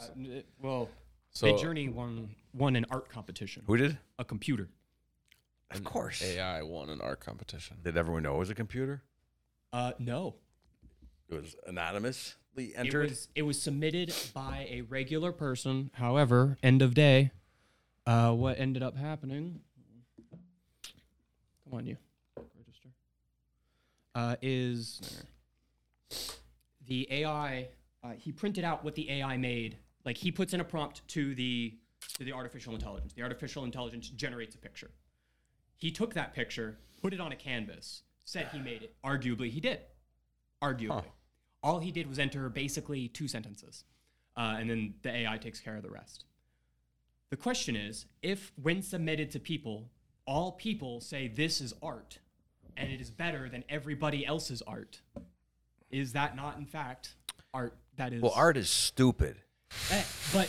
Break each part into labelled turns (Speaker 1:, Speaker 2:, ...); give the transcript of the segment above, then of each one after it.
Speaker 1: Uh, n- well,
Speaker 2: So
Speaker 1: Midjourney won won an art competition.
Speaker 3: Who did?
Speaker 1: A computer.
Speaker 3: Of course.
Speaker 2: AI won an art competition.
Speaker 3: Did everyone know it was a computer?
Speaker 1: Uh, no,
Speaker 3: It was anonymously
Speaker 1: it
Speaker 3: entered.
Speaker 1: was it was submitted by a regular person. However, end of day, uh, what ended up happening? Come on, you register. Uh, is the AI? Uh, he printed out what the AI made. Like he puts in a prompt to the to the artificial intelligence. The artificial intelligence generates a picture. He took that picture, put it on a canvas, said he made it. Arguably, he did. Arguably. All he did was enter basically two sentences, uh, and then the AI takes care of the rest. The question is if, when submitted to people, all people say this is art and it is better than everybody else's art, is that not, in fact, art that is.
Speaker 3: Well, art is stupid.
Speaker 1: Eh, but,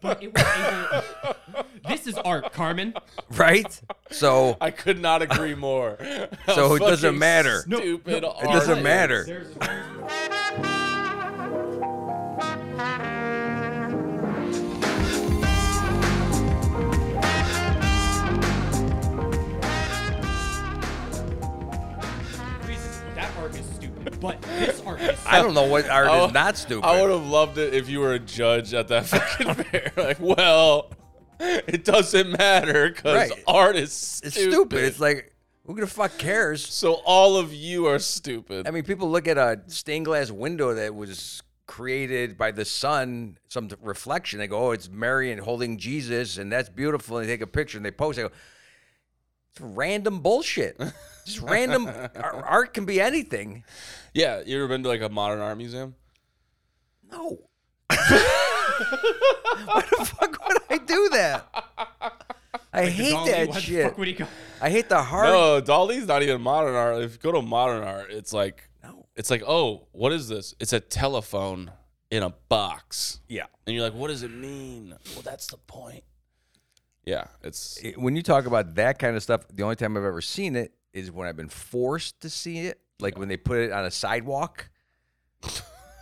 Speaker 1: but it was able. this is art, Carmen.
Speaker 3: Right? So
Speaker 2: I could not agree more.
Speaker 3: So it doesn't
Speaker 2: Fucking
Speaker 3: matter. No,
Speaker 2: Stupid.
Speaker 3: it doesn't
Speaker 2: artist.
Speaker 3: matter.
Speaker 1: There's. That art is stupid, but this art is
Speaker 3: I don't know what art
Speaker 2: I
Speaker 3: is
Speaker 2: would-
Speaker 3: not stupid.
Speaker 2: I would have loved it if you were a judge at that fucking fair. Like, well, it doesn't matter because
Speaker 3: Right.
Speaker 2: art is stupid.
Speaker 3: it's stupid. It's like who the fuck cares?
Speaker 2: so all of you are stupid.
Speaker 3: I mean, people look at a stained glass window that was created by the sun, some t- reflection. They go, "Oh, it's Mary and holding Jesus, and that's beautiful." And they take a picture and they post. They go, "It's random bullshit. Just random ar- art can be anything."
Speaker 2: yeah, you ever been to like a modern art museum?
Speaker 3: No. Why the fuck would I do that? I hate
Speaker 1: Dolly,
Speaker 3: that
Speaker 1: why The
Speaker 3: shit.
Speaker 1: fuck would he go?
Speaker 3: I hate the heart.
Speaker 2: No, Dali's not even modern art. If you go to modern art, it's like
Speaker 3: No.
Speaker 2: it's like, oh, what is this? It's a telephone in a box.
Speaker 3: Yeah.
Speaker 2: And you're like, what does it mean? Well, that's the point. Yeah, it's
Speaker 3: it- when you talk about that kind of stuff, the only time I've ever seen it is when I've been forced to see it, like when they put it on a sidewalk.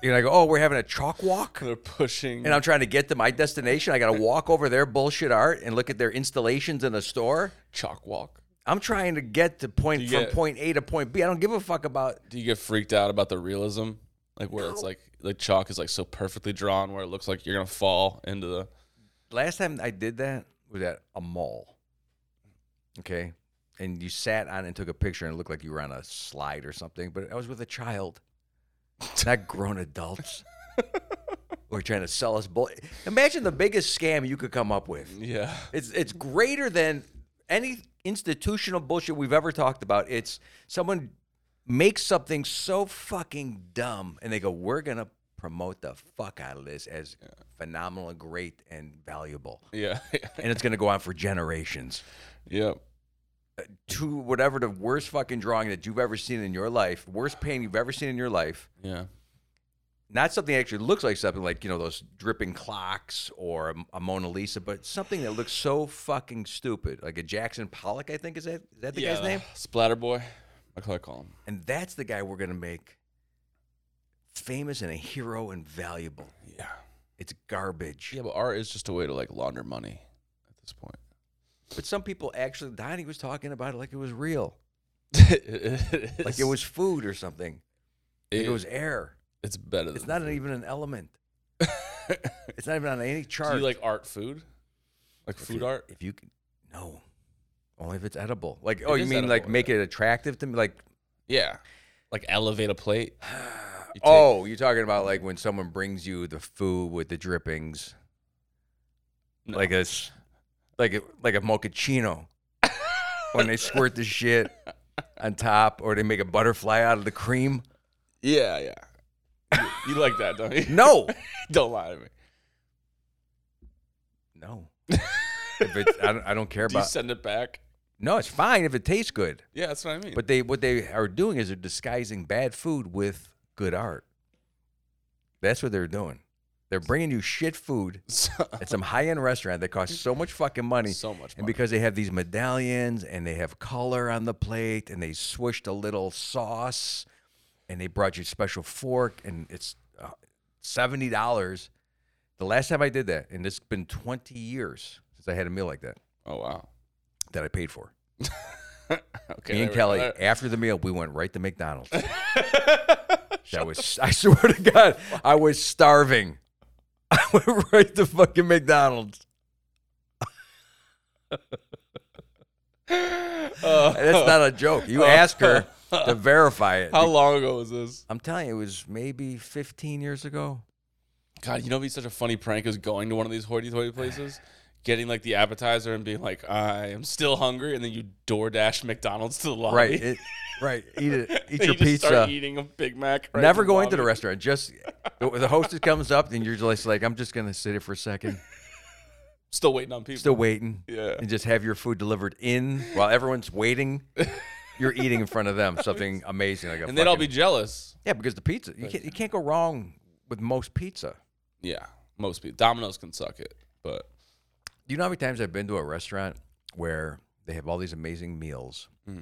Speaker 3: You're like, oh, we're having a chalk walk,
Speaker 2: they're pushing
Speaker 3: and I'm trying to get to my destination. I got to walk over their bullshit art and look at their installations in the store.
Speaker 2: chalk walk.
Speaker 3: I'm trying to get to point
Speaker 2: You
Speaker 3: from
Speaker 2: get-
Speaker 3: point A to point B. I don't give a fuck about.
Speaker 2: Do you get freaked out about the realism? Like where it's like the chalk is like so perfectly drawn where it looks like you're gonna fall into the
Speaker 3: Last time I did that was at a mall. Okay, and you sat on and took a picture, and it looked like you were on a slide or something. But I was with a child, not grown adults. who are trying to sell us bull. Imagine the biggest scam you could come up with.
Speaker 2: Yeah.
Speaker 3: It's it's greater than any institutional bullshit we've ever talked about. It's someone makes something so fucking dumb, and they go, "We're gonna." Promote the fuck out of this as phenomenal, great, and valuable
Speaker 2: Yeah.
Speaker 3: and it's going to go on for generations.
Speaker 2: yeah.
Speaker 3: To whatever the worst fucking drawing that you've ever seen in your life, worst painting you've ever seen in your life,
Speaker 2: Yeah.
Speaker 3: not something that actually looks like something like, you know, those dripping clocks or a, a Mona Lisa, but something that looks so fucking stupid. Like a Jackson Pollock, I think, is that, is that the
Speaker 2: yeah.
Speaker 3: guy's name?
Speaker 2: Splatter boy. That's what I call him.
Speaker 3: And that's the guy we're going to make famous and a hero and valuable.
Speaker 2: Yeah.
Speaker 3: It's garbage.
Speaker 2: Yeah, but art is just a way to like launder money at this point.
Speaker 3: But some people actually, Donnie was talking about it like it was real, like
Speaker 2: like
Speaker 3: it was food or something, like it was air.
Speaker 2: It's better than
Speaker 3: It's not even an element. it's not even on any chart.
Speaker 2: Do you like art food? Like
Speaker 3: If
Speaker 2: food
Speaker 3: you-
Speaker 2: art?
Speaker 3: If you can, no, only if it's edible. Like, oh, you
Speaker 2: is
Speaker 3: mean like
Speaker 2: edible,
Speaker 3: make
Speaker 2: yeah.
Speaker 3: it attractive to me? Like,
Speaker 2: Yeah. Like elevate a plate. You take-
Speaker 3: oh, you're talking about like when someone brings you the food with the drippings,
Speaker 2: No.
Speaker 3: like a, s- like a, like a mochaccino, when they squirt the shit on top, or they make a butterfly out of the cream.
Speaker 2: Yeah, yeah. You, you like that, don't you?
Speaker 3: No,
Speaker 2: don't lie to me.
Speaker 3: no. If it's, I don't, I don't care
Speaker 2: Do you
Speaker 3: about.
Speaker 2: send it back?
Speaker 3: No, it's fine if it tastes good.
Speaker 2: Yeah, that's what I mean.
Speaker 3: But they what they are doing is they're disguising bad food with good art. That's what they're doing. They're bringing you shit food
Speaker 2: So-
Speaker 3: at some high end restaurant that costs so much fucking money.
Speaker 2: So much
Speaker 3: And
Speaker 2: money.
Speaker 3: because they have these medallions and they have color on the plate and they swished a little sauce and they brought you a special fork and it's uh, $70 The last time I did that, and it's been 20 years since I had a meal like that
Speaker 2: Oh wow.
Speaker 3: that I paid for.
Speaker 2: Okay.
Speaker 3: Me
Speaker 2: there
Speaker 3: and
Speaker 2: we-
Speaker 3: Kelly,
Speaker 2: there-
Speaker 3: after the meal, we went right to McDonald's. that was, I swear to God, I was starving. I went right to fucking McDonald's.
Speaker 2: Uh,
Speaker 3: And That's not a joke. You ask her to verify it.
Speaker 2: how long ago was this?
Speaker 3: I'm telling you, it was maybe 15 years ago.
Speaker 2: God, you know, what'd be such a funny prank is going to one of these hoity toity places, getting like the appetizer and being like, I am still hungry, and then you DoorDash McDonald's to the lobby.
Speaker 3: Right. It, right. Eat it. Eat
Speaker 2: Then
Speaker 3: your
Speaker 2: Oh, you just start
Speaker 3: pizza.
Speaker 2: eating a Big Mac. right
Speaker 3: Never
Speaker 2: in
Speaker 3: go into the
Speaker 2: lobby.
Speaker 3: restaurant. Just the, the hostess comes up and you're just like, I'm just going to sit here for a second.
Speaker 2: Still waiting on people.
Speaker 3: Still waiting.
Speaker 2: Yeah.
Speaker 3: And just have your food delivered in while everyone's waiting. You're eating in front of them something amazing. Like a
Speaker 2: and they'd all
Speaker 3: fucking-
Speaker 2: be jealous.
Speaker 3: Yeah, because the pizza, you can't, you can't go wrong with most pizza.
Speaker 2: Yeah, most people. Domino's can suck it, but
Speaker 3: Do you know how many times I've been to a restaurant where they have all these amazing meals,
Speaker 2: Hmm.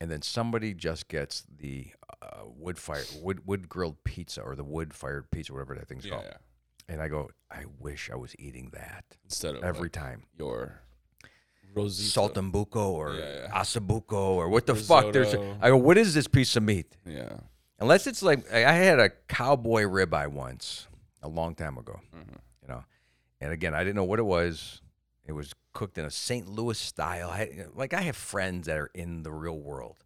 Speaker 3: and then somebody just gets the uh, wood fire wood wood grilled pizza or the wood fired pizza, whatever that thing's
Speaker 2: yeah,
Speaker 3: called,
Speaker 2: yeah.
Speaker 3: and I go, I wish I was eating that
Speaker 2: instead of
Speaker 3: every
Speaker 2: like,
Speaker 3: time.
Speaker 2: your Rosita.
Speaker 3: Saltambuco or
Speaker 2: Yeah, yeah.
Speaker 3: asabuco or what the fuck? There's
Speaker 2: Risotto.
Speaker 3: I go, what is this piece of meat?
Speaker 2: Yeah.
Speaker 3: Unless it's like I I had a cowboy ribeye once a long time ago, you know, and again I didn't know what it was. It was cooked in a St. Louis style. I, you know, like I have friends that are in the real world,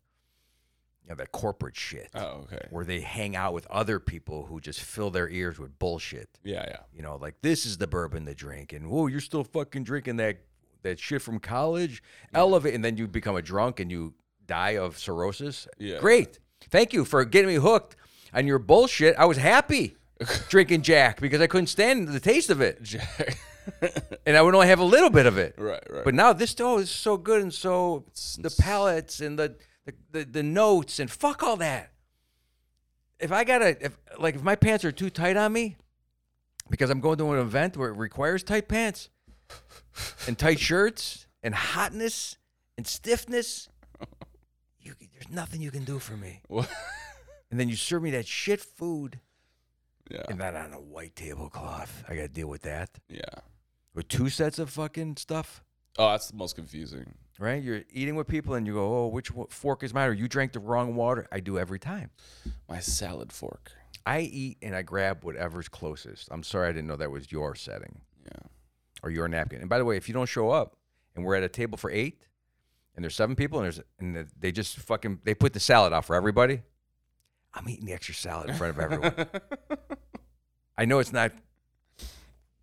Speaker 3: you know, that corporate shit
Speaker 2: Oh, okay.
Speaker 3: where they hang out with other people who just fill their ears with bullshit.
Speaker 2: Yeah, yeah.
Speaker 3: You know, like this is the bourbon to drink, and whoa, you're still fucking drinking that that shit from college. Elevate, and then you become a drunk and you die of cirrhosis.
Speaker 2: Yeah.
Speaker 3: great. Thank you for getting me hooked on your bullshit. I was happy drinking Jack because I couldn't stand the taste of it,
Speaker 2: Jack.
Speaker 3: and I would only have a little bit of it.
Speaker 2: right, right.
Speaker 3: But now this oh is so good and so the palettes and the, the the the notes and fuck all that. If I gotta if like if my pants are too tight on me, because I'm going to an event where it requires tight pants and tight shirts and hotness and stiffness, you, can- there's nothing you can do for me.
Speaker 2: Wha-
Speaker 3: And then you serve me that shit food
Speaker 2: yeah,
Speaker 3: and that on a white tablecloth. I gotta deal with that
Speaker 2: yeah.
Speaker 3: with two sets of fucking stuff.
Speaker 2: Oh, that's the most confusing.
Speaker 3: right? You're eating with people and you go, oh, which wa- fork is mine? Or you drank the wrong water. I do every time.
Speaker 2: My salad fork.
Speaker 3: I eat and I grab whatever's closest. I'm sorry I didn't know that was your setting
Speaker 2: Yeah.
Speaker 3: or your napkin. And by the way, if you don't show up and we're at a table for eight and there's seven people and there's and the- they just fucking they put the salad out for everybody, I'm eating the extra salad in front of everyone. I know it's not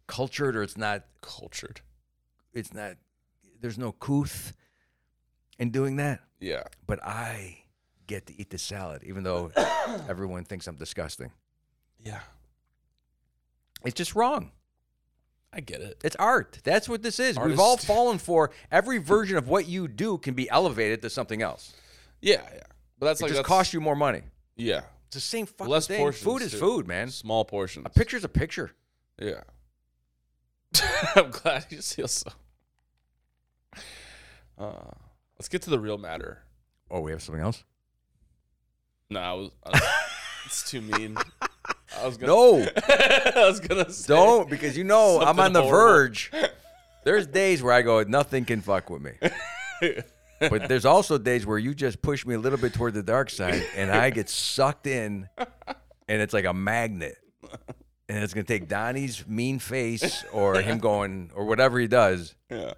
Speaker 3: cultured or it's not
Speaker 2: Cultured.
Speaker 3: it's not there's no couth in doing that.
Speaker 2: Yeah.
Speaker 3: but I get to eat the salad, even though everyone thinks I'm disgusting.
Speaker 2: Yeah.
Speaker 3: It's just wrong.
Speaker 2: I get it.
Speaker 3: It's art. That's what this is. We've all
Speaker 2: Artist.
Speaker 3: fallen for every version of what you do can be elevated to something else.
Speaker 2: Yeah, yeah. But that's
Speaker 3: It
Speaker 2: like
Speaker 3: just
Speaker 2: that's,
Speaker 3: costs you more money.
Speaker 2: Yeah.
Speaker 3: It's the same fucking
Speaker 2: Less
Speaker 3: thing.
Speaker 2: portions.
Speaker 3: Food is
Speaker 2: too.
Speaker 3: food, man.
Speaker 2: Small portions.
Speaker 3: A picture's a picture.
Speaker 2: Yeah. I'm glad you feel so. Uh, let's get to the real matter.
Speaker 3: Oh, we have something else?
Speaker 2: No, I was. I was- it's too mean. I was gonna.
Speaker 3: No,
Speaker 2: I was gonna. Say,
Speaker 3: don't, because you know I'm
Speaker 2: Something
Speaker 3: on the
Speaker 2: horrible.
Speaker 3: verge. There's days where I go, nothing can fuck with me. But there's also days where you just push me a little bit toward the dark side and I get sucked in and it's like a magnet. And it's gonna take Donnie's mean face or him going or whatever he does.
Speaker 2: Yeah.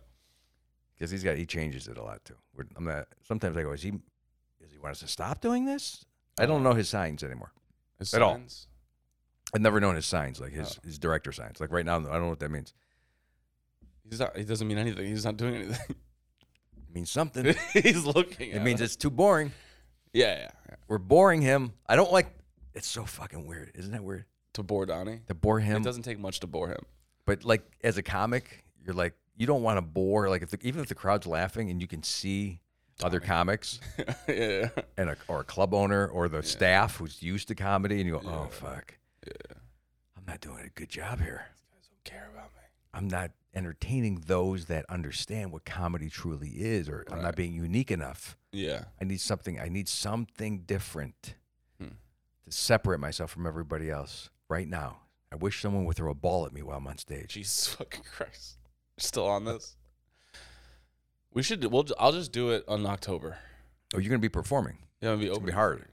Speaker 3: Because he's got he changes it a lot too. We're, I'm not sometimes I go, is he does he want us to stop doing this? I don't know his signs anymore.
Speaker 2: His
Speaker 3: At all.
Speaker 2: signs?
Speaker 3: I've never known his signs, like
Speaker 2: Oh.
Speaker 3: his, his director signs. Like right now, I don't know what that means.
Speaker 2: He's not. He doesn't mean anything. He's not doing anything.
Speaker 3: It means something.
Speaker 2: He's looking.
Speaker 3: It
Speaker 2: at
Speaker 3: means
Speaker 2: us.
Speaker 3: it's too boring.
Speaker 2: Yeah, yeah, yeah.
Speaker 3: We're boring him. I don't like. It's so fucking weird, isn't that weird?
Speaker 2: To bore Donnie.
Speaker 3: To bore
Speaker 2: It
Speaker 3: him,
Speaker 2: doesn't take much to bore him.
Speaker 3: but like as a comic, you're like you don't want to bore. Like if the, even if the crowd's laughing and you can see other comics
Speaker 2: yeah, yeah, yeah.
Speaker 3: and a, or a club owner or the staff who's used to comedy, and you go, oh fuck, I'm not doing a good job here.
Speaker 2: Don't care about me.
Speaker 3: I'm not entertaining those that understand what comedy truly is, or I'm not being unique enough.
Speaker 2: Yeah.
Speaker 3: I need something. I need something different
Speaker 2: Hmm.
Speaker 3: to separate myself from everybody else right now. I wish someone would throw a ball at me while I'm on stage.
Speaker 2: Jesus fucking Christ. Still on this? We should. We'll. ju- I'll just do it on October.
Speaker 3: Oh, you're gonna be performing.
Speaker 2: Yeah, it'll be
Speaker 3: It's
Speaker 2: open.
Speaker 3: gonna be hard.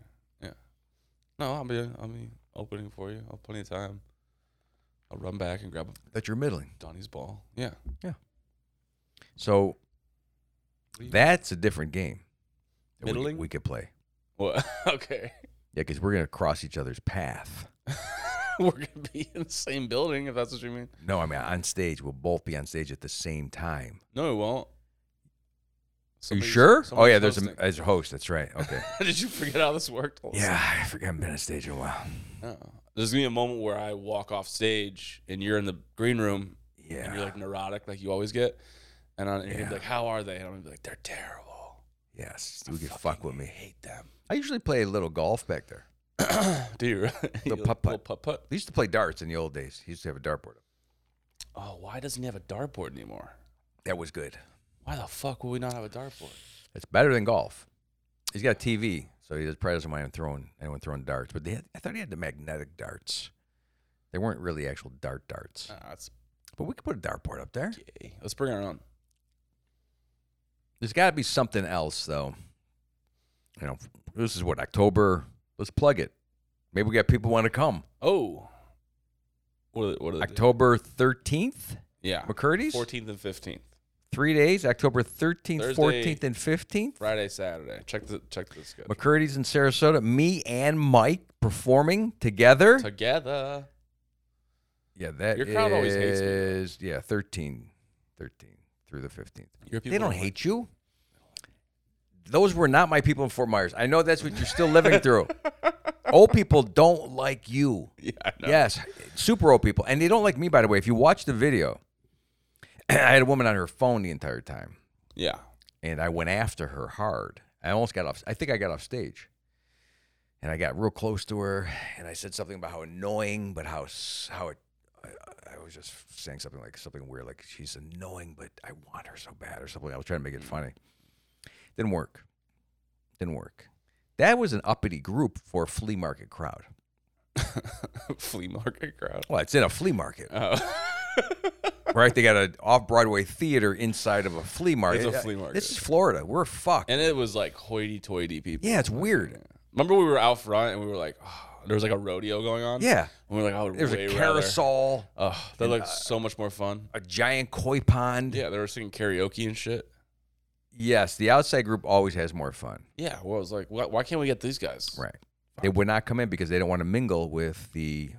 Speaker 2: Yeah. No, I'll be. I'll be opening for you. I'll have plenty of time. I'll run back and grab
Speaker 3: That you're middling.
Speaker 2: Donnie's ball. Yeah.
Speaker 3: So
Speaker 2: We-
Speaker 3: that's a different game. that we could-
Speaker 2: Middling?
Speaker 3: We, could play.
Speaker 2: Well, okay.
Speaker 3: Yeah, because we're gonna cross each other's path.
Speaker 2: We're gonna be in the same building if that's what you mean.
Speaker 3: No, I mean on stage. We'll both be on stage at the same time.
Speaker 2: No, it won't.
Speaker 3: Are
Speaker 2: Somebody's-
Speaker 3: you sure? Oh
Speaker 2: somebody's
Speaker 3: yeah, there's a
Speaker 2: hosting.
Speaker 3: as a host. That's right. Okay.
Speaker 2: Did you forget how this worked? Hold on.
Speaker 3: yeah, I forgot I haven't been on stage in a while.
Speaker 2: Oh. There's gonna be a moment where I walk off stage and you're in the green room and
Speaker 3: Yeah.
Speaker 2: you're like neurotic, like you always get, and, I, and you're gonna
Speaker 3: Yeah.
Speaker 2: be like, "How are they?" And I'm gonna be like, "They're terrible.
Speaker 3: yes. You could fuck with
Speaker 2: I
Speaker 3: me.
Speaker 2: hate them."
Speaker 3: I usually play a little golf back there.
Speaker 2: Do you? Really? You
Speaker 3: putt-putt.
Speaker 2: little putt-putt?
Speaker 3: We used to play darts in the old days. He used to have a dartboard.
Speaker 2: Oh, why doesn't he have a dartboard anymore?
Speaker 3: That was good.
Speaker 2: Why the fuck would we not have a dartboard?
Speaker 3: It's better than golf. He's got a TV, so he probably doesn't mind him throwing anyone throwing darts. But they had, I thought he had the magnetic darts. They weren't really actual dart darts.
Speaker 2: Ah, that's
Speaker 3: But we could put a dartboard up there.
Speaker 2: gay. Let's bring our own.
Speaker 3: There's got to be something else, though. You know, this is what October. Let's plug it. Maybe we got people want to come.
Speaker 2: Oh, what? Are the, what? Are the,
Speaker 3: October 13th,
Speaker 2: Yeah,
Speaker 3: McCurdy's.
Speaker 2: 14th and 15th,
Speaker 3: Three days. October 13th,
Speaker 2: Thursday.
Speaker 3: 14th, and 15th.
Speaker 2: Friday, Saturday. Check the check the schedule.
Speaker 3: McCurdy's in Sarasota. Me and Mike performing together.
Speaker 2: Together.
Speaker 3: Yeah, that
Speaker 2: Your crowd always hates me.
Speaker 3: is- yeah, 13, 13 through the 15th.
Speaker 2: Your people
Speaker 3: They don't
Speaker 2: are-
Speaker 3: hate you. Those were not my people in Fort Myers. I know that's what you're still living through. old people don't like you.
Speaker 2: Yeah, I know.
Speaker 3: Yes, super old people. And they don't like me, by the way. If you watch the video, I had a woman on her phone the entire time,
Speaker 2: Yeah.
Speaker 3: and I went after her hard. I almost got off. I think I got off stage. And I got real close to her, and I said something about how annoying, but how s- how it, I, I was just saying something like something weird, like she's annoying, but I want her so bad, or something. I was trying to make it
Speaker 2: Mm.
Speaker 3: funny. Didn't work. Didn't work. That was an uppity group for a flea market crowd.
Speaker 2: Flea market crowd.
Speaker 3: Well, it's in a flea market.
Speaker 2: Oh.
Speaker 3: right? They got an off Broadway theater inside of a flea market.
Speaker 2: It's a flea market.
Speaker 3: This is Florida. We're fucked.
Speaker 2: and it was like hoity toity people.
Speaker 3: yeah, it's weird.
Speaker 2: Remember we were out front and we were like, oh, there was like a rodeo going on?
Speaker 3: Yeah.
Speaker 2: And we were like, oh,
Speaker 3: There's a uh, carousol,
Speaker 2: Oh, that looked so much more fun.
Speaker 3: a giant koi pond.
Speaker 2: Yeah, they were singing karaoke and shit.
Speaker 3: Yes, the outside group always has more fun.
Speaker 2: Yeah, well, I was like, why, why can't we get these guys?
Speaker 3: Right. They would not come in because they don't want to mingle with the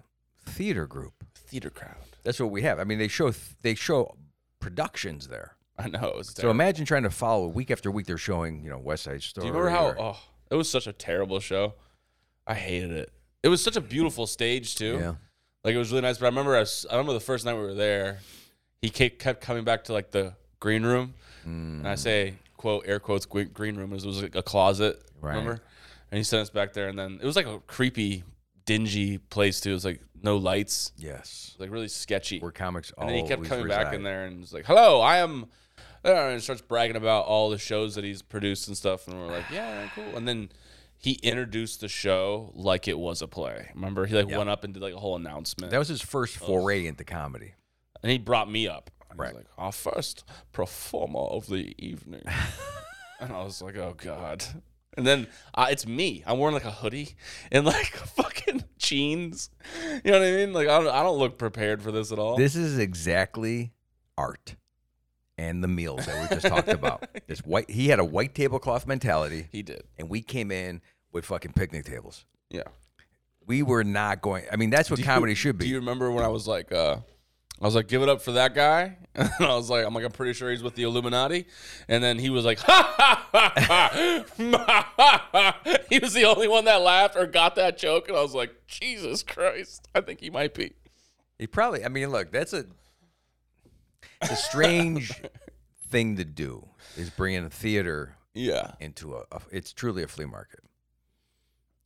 Speaker 3: theater group.
Speaker 2: Theater crowd.
Speaker 3: That's what we have. I mean, they show th- they show productions there.
Speaker 2: I know. It was
Speaker 3: So
Speaker 2: terrible.
Speaker 3: imagine trying to follow week after week. They're showing, you know, West Side Story.
Speaker 2: Do you remember how?
Speaker 3: or-
Speaker 2: Oh, it was such a terrible show. I hated it. It was such a beautiful stage, too.
Speaker 3: yeah.
Speaker 2: Like it was really nice. But I remember, I, s- I remember the first night we were there, he kept kept coming back to like the green room, and I say quote air quotes gre- green room as it was like a closet.
Speaker 3: Right.
Speaker 2: Remember? And he sent us back there, and then it was like a creepy, dingy place too. It was like no lights,
Speaker 3: Yes.
Speaker 2: it was like really sketchy.
Speaker 3: Where comics
Speaker 2: and then he kept
Speaker 3: always
Speaker 2: coming back in
Speaker 3: reside.
Speaker 2: there and was like, "Hello, I am," and starts bragging about all the shows that he's produced and stuff. And we're like, "Yeah, cool." And then he introduced the show like it was a play. Remember, he like went up and did like a whole announcement.
Speaker 3: That was his first
Speaker 2: Oh.
Speaker 3: foray into comedy.
Speaker 2: And he brought me up. And
Speaker 3: Right.
Speaker 2: He was like, our first performer of the evening. and I was like, oh, God. And then I, it's me. I'm wearing like a hoodie and like fucking jeans. You know what I mean? Like, I don't, I don't look prepared for this at all.
Speaker 3: This is exactly art and the meals that we just talked about. This white he had a white tablecloth mentality
Speaker 2: he did.
Speaker 3: and we came in with fucking picnic tables.
Speaker 2: Yeah.
Speaker 3: We were not going I mean that's what comedy should
Speaker 2: Do
Speaker 3: be.
Speaker 2: you remember when I was like, uh, I was like, give it up for that guy. And I was like, I'm like, I'm pretty sure he's with the Illuminati. And then he was like, ha ha ha ha, ha ha. ha." He was the only one that laughed or got that joke. And I was like, Jesus Christ, I think he might be.
Speaker 3: He probably I mean look, that's a it's a strange thing to do is bring in a theater
Speaker 2: Yeah.
Speaker 3: into a, a it's truly a flea market.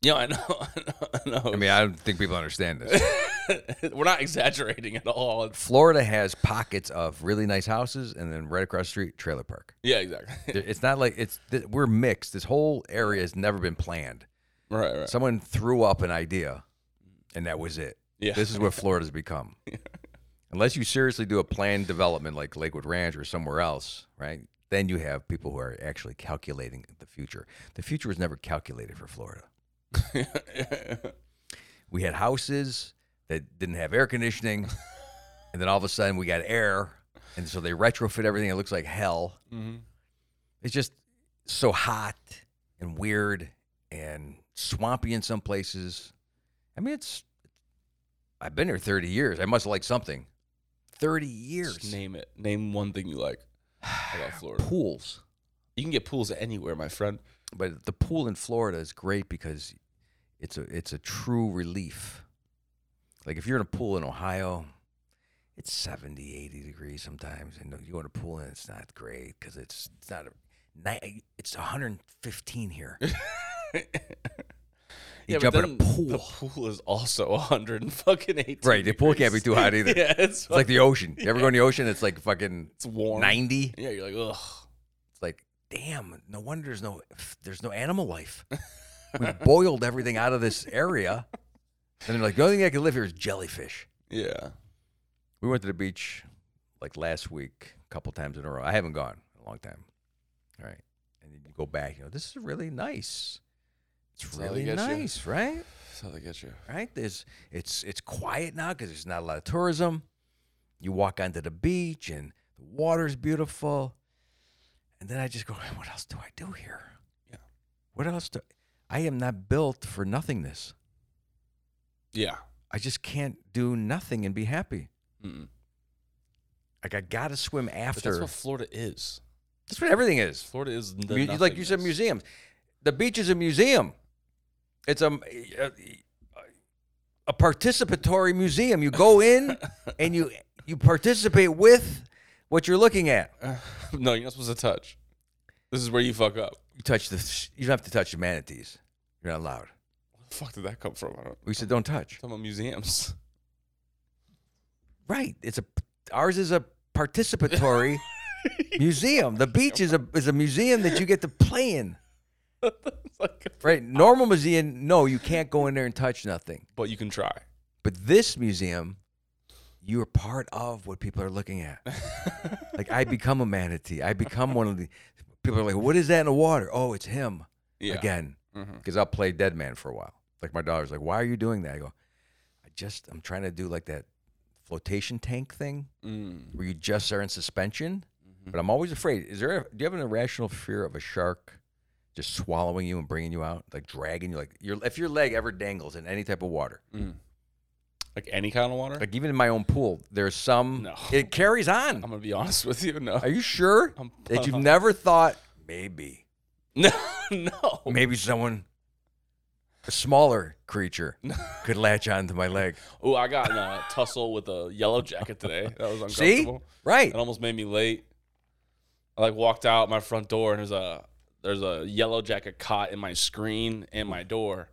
Speaker 2: Yeah, I know. I know. I
Speaker 3: I mean, I don't think people understand this.
Speaker 2: mean, we're not exaggerating at all. It's,
Speaker 3: Florida has pockets of really nice houses and then right across the street trailer park.
Speaker 2: yeah, exactly.
Speaker 3: There- It's not like it's th- we're mixed. This whole area has never been planned.
Speaker 2: right, right.
Speaker 3: Someone threw up an idea, and that was it.
Speaker 2: Yeah.
Speaker 3: This is what Florida's become. Unless you seriously do a planned development like Lakewood Ranch or somewhere else, right? Then you have people who are actually calculating the future. The future was never calculated for Florida. We had houses that didn't have air conditioning, and then all of a sudden we got air, and so they retrofit everything. It looks like hell.
Speaker 2: Mhm.
Speaker 3: It's just so hot and weird and swampy in some places. I mean, it's. I've been here 30 years. I must like something. 30
Speaker 2: Just
Speaker 3: years.
Speaker 2: name it. Name one thing you like about Florida.
Speaker 3: Pools.
Speaker 2: You can get pools anywhere, my friend.
Speaker 3: But the pool in Florida is great because it's a it's a true relief. Like if you're in a pool in Ohio, it's 70, 80 degrees sometimes and you go in a pool and it's not great cuz it's it's not a ni- it's 115 here. you
Speaker 2: Yeah, but
Speaker 3: jump in a
Speaker 2: then
Speaker 3: pool.
Speaker 2: The pool is also 118.
Speaker 3: Right, the pool can't be too hot either.
Speaker 2: Yeah, it's,
Speaker 3: It's like the ocean. You ever go in the ocean? It's like fucking
Speaker 2: it's warm.
Speaker 3: 90.
Speaker 2: Yeah, you're like, ugh.
Speaker 3: It's like, damn, no wonder there's no there's no animal life. We boiled everything out of this area. And they're like, the only thing I can live here is jellyfish.
Speaker 2: Yeah.
Speaker 3: We went to the beach like last week, a couple times in a row. I haven't gone in a long time. All right. And then you go back, you know, this is really nice. It's
Speaker 2: That's how they
Speaker 3: really
Speaker 2: get you.
Speaker 3: nice, right?
Speaker 2: That's how they get you.
Speaker 3: right? There's it's it's quiet now because there's not a lot of tourism. You walk onto the beach and the water's beautiful. And then I just go, what else do I do here?
Speaker 2: Yeah.
Speaker 3: What else do I am not built for nothingness.
Speaker 2: Yeah.
Speaker 3: I just can't do nothing and be happy.
Speaker 2: Mm-mm.
Speaker 3: Like I gotta swim
Speaker 2: But
Speaker 3: after.
Speaker 2: that's what Florida is.
Speaker 3: That's what everything is.
Speaker 2: Florida is the
Speaker 3: Mu- like you said,
Speaker 2: nothingness.
Speaker 3: museums. The beach is a museum. It's a, a a participatory museum. You go in and you you participate with what you're looking at.
Speaker 2: no, you're not supposed to touch. This is where you fuck up.
Speaker 3: You touch the. You don't have to touch the manatees. You're not allowed.
Speaker 2: Where the fuck did that come from? I don't.
Speaker 3: We said don't touch.
Speaker 2: Talking about museums.
Speaker 3: Right. It's a ours is a participatory museum. The beach is a is a museum that you get to play in.
Speaker 2: It's like-
Speaker 3: Right. Normal museum, no, you can't go in there and touch nothing.
Speaker 2: but you can try.
Speaker 3: But this museum, you're part of what people are looking at. like I become a manatee. I become one of the people are like, what is that in the water? Oh, it's him
Speaker 2: Yeah.
Speaker 3: again. Because I'll play dead man for a while. Like my daughter's like, why are you doing that? I go, I just I'm trying to do like that flotation tank thing
Speaker 2: Mm.
Speaker 3: where you just are in suspension. But I'm always afraid. Is there? A, do you have an irrational fear of a shark just swallowing you and bringing you out, like dragging you? Like your if your leg ever dangles in any type of water,
Speaker 2: Like any kind of water.
Speaker 3: like even in my own pool, there's some.
Speaker 2: No.
Speaker 3: It carries on.
Speaker 2: I'm gonna be honest with you. No.
Speaker 3: Are you sure
Speaker 2: I'm-
Speaker 3: that you've never thought maybe,
Speaker 2: no. No.
Speaker 3: maybe someone, a smaller creature, could latch onto my leg?
Speaker 2: Oh, I got in a tussle with a yellow jacket today. That was
Speaker 3: See,
Speaker 2: uncomfortable.
Speaker 3: right?
Speaker 2: It almost made me late. I like walked out my front door and there's a there's a yellow jacket caught in my screen and my door,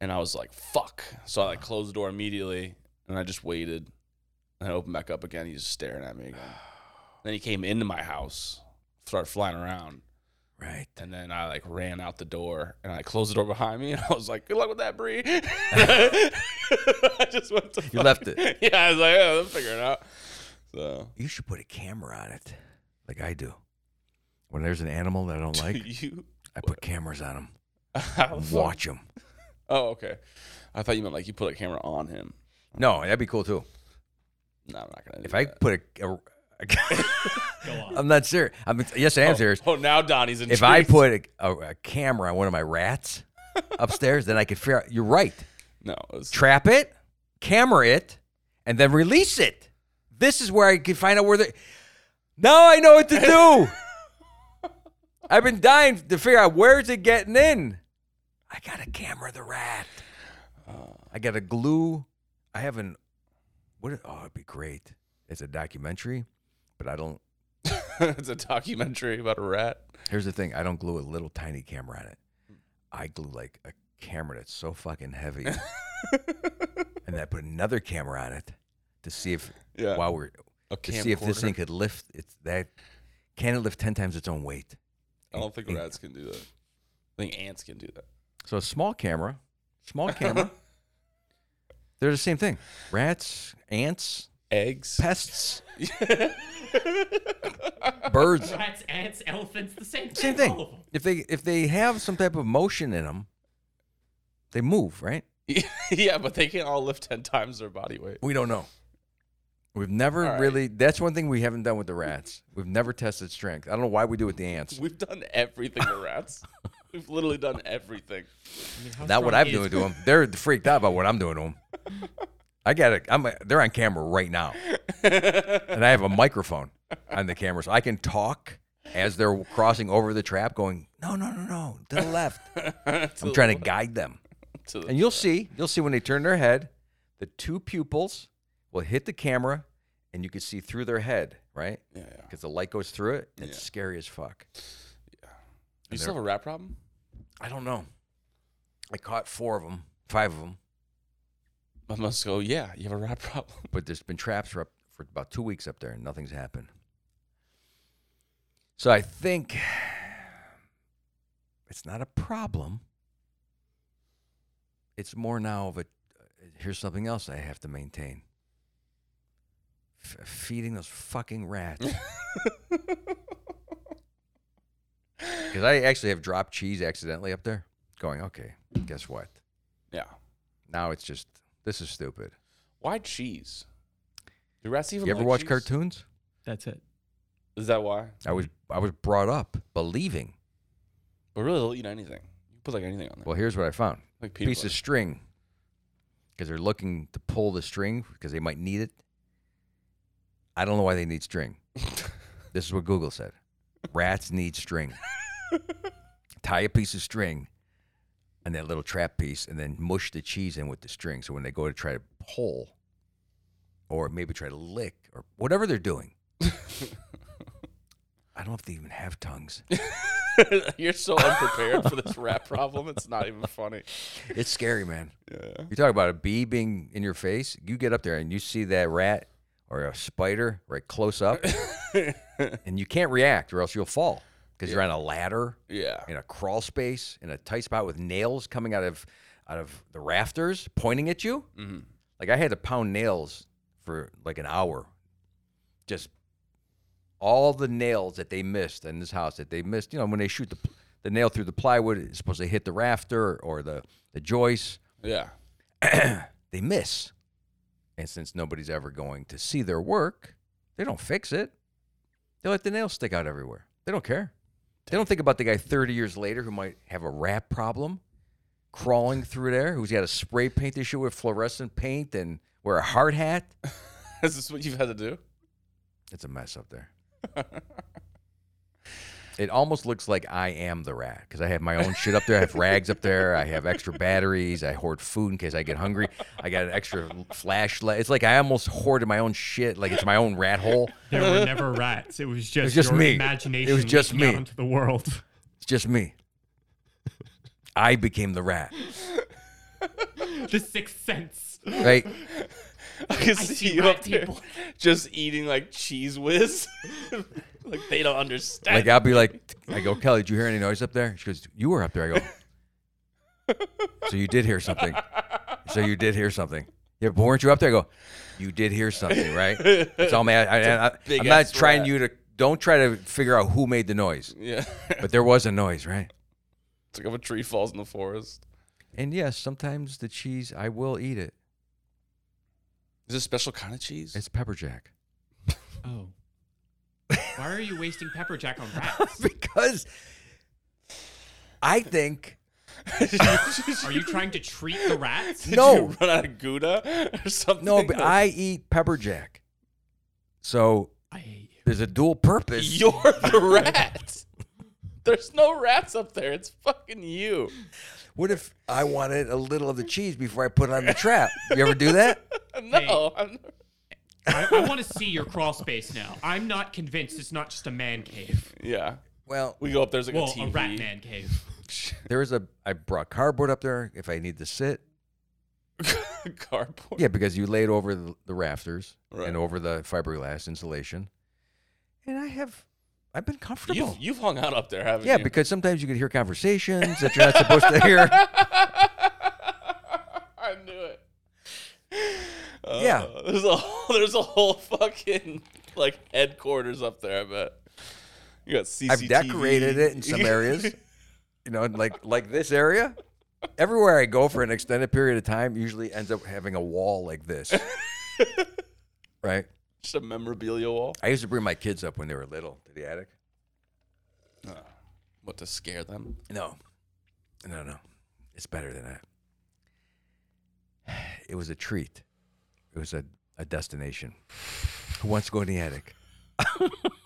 Speaker 2: and I was like fuck. So I like closed the door immediately and I just waited, and I opened back up again. He's just staring at me again. Then he came into my house, started flying around,
Speaker 3: Right.
Speaker 2: and then I like ran out the door and I closed the door behind me and I was like, good luck with that, Bree. I just went to
Speaker 3: You left it.
Speaker 2: yeah. I was like, yeah, I'll figure it out. So.
Speaker 3: You should put a camera on it, like I do. When there's an animal that I don't like,
Speaker 2: you
Speaker 3: I put cameras on them.
Speaker 2: How the fuck-
Speaker 3: Watch them.
Speaker 2: Oh, okay. I thought you meant like you put a camera on him.
Speaker 3: No, that'd be cool too.
Speaker 2: No, I'm not gonna. Do
Speaker 3: If I
Speaker 2: that.
Speaker 3: put a, a,
Speaker 1: Go on.
Speaker 3: I'm not serious. I'm yes, I am serious.
Speaker 2: oh, now Donnie's in.
Speaker 3: If I put a, a, a camera on one of my rats upstairs, then I could figure out. You're right.
Speaker 2: no, it's,
Speaker 3: Trap it, camera it, and then release it. This is where I could find out where the. Now I know what to do. I've been dying to figure out where's it getting in. I gotta camera the rat. I gotta glue. I have an. What? Oh, it'd be great. It's a documentary, but I don't.
Speaker 2: it's a documentary about a rat.
Speaker 3: Here's the thing: I don't glue a little tiny camera on it.
Speaker 2: Hmm.
Speaker 3: I glue like a camera that's so fucking heavy, and then I put another camera on it to see if
Speaker 2: Yeah.
Speaker 3: while we're
Speaker 2: A
Speaker 3: to see if this
Speaker 2: camcorder.
Speaker 3: thing could lift it's that can it lift ten times its own weight.
Speaker 2: I don't think
Speaker 3: Ink.
Speaker 2: rats can do that. I think ants can do that.
Speaker 3: So a small camera, small camera, They're the same thing. Rats, ants,
Speaker 2: Eggs.
Speaker 3: pests, birds.
Speaker 1: Rats, ants, elephants, the same thing.
Speaker 3: Same
Speaker 1: all of
Speaker 2: Oh.
Speaker 3: thing.
Speaker 1: 'em.
Speaker 3: If they if they have some type of motion in them, they move, right?
Speaker 2: yeah, but they can't all lift ten times their body weight.
Speaker 3: We don't know. We've never
Speaker 2: All right.
Speaker 3: really. That's one thing we haven't done with the rats. We've never tested strength. I don't know why we do with the ants.
Speaker 2: We've done everything to rats. We've literally done everything.
Speaker 1: I mean, how
Speaker 3: Not what
Speaker 1: strong
Speaker 3: I'm
Speaker 1: is-
Speaker 3: doing to them. They're freaked out about what I'm doing to them. I got it. I'm. They're on camera right now, and I have a microphone on the camera, so I can talk as they're crossing over the trap, going no, no, no, no, to the left. I'm trying to guide them,
Speaker 2: To the-
Speaker 3: and you'll see. You'll see when they turn their head, the two pupils will hit the camera, and you can see through their head, right?
Speaker 2: yeah, yeah.
Speaker 3: Because the light goes through it. It's
Speaker 2: Yeah.
Speaker 3: scary as fuck.
Speaker 2: You still have a rat problem?
Speaker 3: I don't know. I caught four of them, five of them,
Speaker 2: I must go. Yeah, you have a rat problem.
Speaker 3: but there's been traps for, up, for about two weeks up there and nothing's happened. So I think it's not a problem. It's more now of a here's something else I have to maintain. F- feeding those fucking rats. Because I actually have dropped cheese accidentally up there, going, okay, guess what?
Speaker 2: Yeah.
Speaker 3: Now it's just this is stupid.
Speaker 2: Why cheese? Do rats even?
Speaker 3: You ever
Speaker 2: like
Speaker 3: watch
Speaker 2: cheese?
Speaker 3: cartoons?
Speaker 1: That's it.
Speaker 2: Is that why?
Speaker 3: I was I was brought up believing.
Speaker 2: But really, they'll eat anything. You put like anything on there.
Speaker 3: Well, here's what I found:
Speaker 2: Like peanut
Speaker 3: piece of
Speaker 2: butter.
Speaker 3: string, because they're looking to pull the string because they might need it. I don't know why they need string. this is what Google said: rats need string. Tie a piece of string and that little trap piece, and then mush the cheese in with the string. So when they go to try to pull, or maybe try to lick, or whatever they're doing. I don't know if they even have tongues.
Speaker 2: You're so unprepared for this rat problem. It's not even funny.
Speaker 3: It's scary, man.
Speaker 2: Yeah.
Speaker 3: You talk about a bee being in your face. You get up there and you see that rat or a spider right close up, and you can't react, or else you'll fall because you're on a ladder
Speaker 2: Yeah.
Speaker 3: in a crawl space in a tight spot with nails coming out of out of the rafters pointing at you.
Speaker 2: Mm-hmm.
Speaker 3: Like I had to pound nails for like an hour, just all the nails that they missed in this house that they missed. You know, when they shoot the the nail through the plywood, it's supposed to hit the rafter or the the joist
Speaker 2: Yeah.
Speaker 3: they miss. And since nobody's ever going to see their work, they don't fix it. They let the nails stick out everywhere. They don't care. They don't think about the guy 30 years later who might have a rat problem crawling through there, who's got a spray paint issue with fluorescent paint and wear a hard hat.
Speaker 2: Is this what you've had to do?
Speaker 3: It's a mess up there. it almost looks like I am the rat because I have my own shit up there. I have rags up there. I have extra batteries. I hoard food in case I get hungry. I got an extra flashlight. It's like I almost hoarded my own shit. Like it's my own rat hole.
Speaker 4: There were never rats. It was just,
Speaker 3: just
Speaker 4: your
Speaker 3: me.
Speaker 4: imagination.
Speaker 3: It was just
Speaker 4: leaking out
Speaker 3: me.
Speaker 4: into the world.
Speaker 3: It's just me. I became the rat,
Speaker 1: The sixth sense.
Speaker 3: right?
Speaker 2: I can see,
Speaker 1: see
Speaker 2: you
Speaker 1: rat
Speaker 2: up there
Speaker 1: people.
Speaker 2: just eating like cheese whiz. like they don't understand.
Speaker 3: Like I'll be like, I go, Kelly, did you hear any noise up there? She goes, you were up there. I go, so you did hear something. So you did hear something. Yeah, but weren't you up there? I go, you did hear something, right? It's all me. I, I, I,
Speaker 2: big
Speaker 3: I'm not
Speaker 2: ass
Speaker 3: trying
Speaker 2: rat.
Speaker 3: you to. Don't try to figure out who made the noise,
Speaker 2: yeah.
Speaker 3: but there was a noise, right?
Speaker 2: it's like if a tree falls in the forest.
Speaker 3: And yes, sometimes the cheese, I will eat it.
Speaker 2: Is this a special kind of cheese?
Speaker 3: It's pepper jack
Speaker 1: Oh. Why are you wasting pepper jack on rats?
Speaker 3: because I think
Speaker 1: Are you trying to treat the rats?
Speaker 2: Did
Speaker 3: no.
Speaker 2: you run out of Gouda or something?
Speaker 3: no, but I eat pepper jack. So
Speaker 1: I hate you.
Speaker 3: there's a dual purpose.
Speaker 2: You're the rat. There's no rats up there. It's fucking you.
Speaker 3: What if I wanted a little of the cheese before I put it on the trap? You ever do that?
Speaker 2: No. I'm,
Speaker 1: I, I want to see your crawl space now. I'm not convinced it's not just a man cave.
Speaker 2: yeah.
Speaker 3: Well,
Speaker 2: We go up there's like
Speaker 1: Well,
Speaker 2: a
Speaker 1: a
Speaker 2: TV.
Speaker 1: rat man cave.
Speaker 3: there is a. I brought cardboard up there if I need to sit.
Speaker 2: Cardboard.
Speaker 3: Yeah, because you laid over the, the rafters
Speaker 2: Right.
Speaker 3: and over the fiberglass insulation. And I have, I've been comfortable.
Speaker 2: You've, you've hung out up there, haven't
Speaker 3: yeah,
Speaker 2: you?
Speaker 3: because sometimes you could hear conversations that you're not supposed to hear.
Speaker 2: I knew it.
Speaker 3: Yeah.
Speaker 2: There's a whole, there's a whole fucking like headquarters up there. I bet you got CCTV.
Speaker 3: I've decorated it in some areas. you know, like like this area. Everywhere I go for an extended period of time usually ends up having a wall like this. right?
Speaker 2: Just a memorabilia wall.
Speaker 3: I used to bring my kids up when they were little to the attic.
Speaker 2: What to scare them?
Speaker 3: No. No, no. It's better than that. It was a treat. It was a, a destination. Who wants to go in the attic?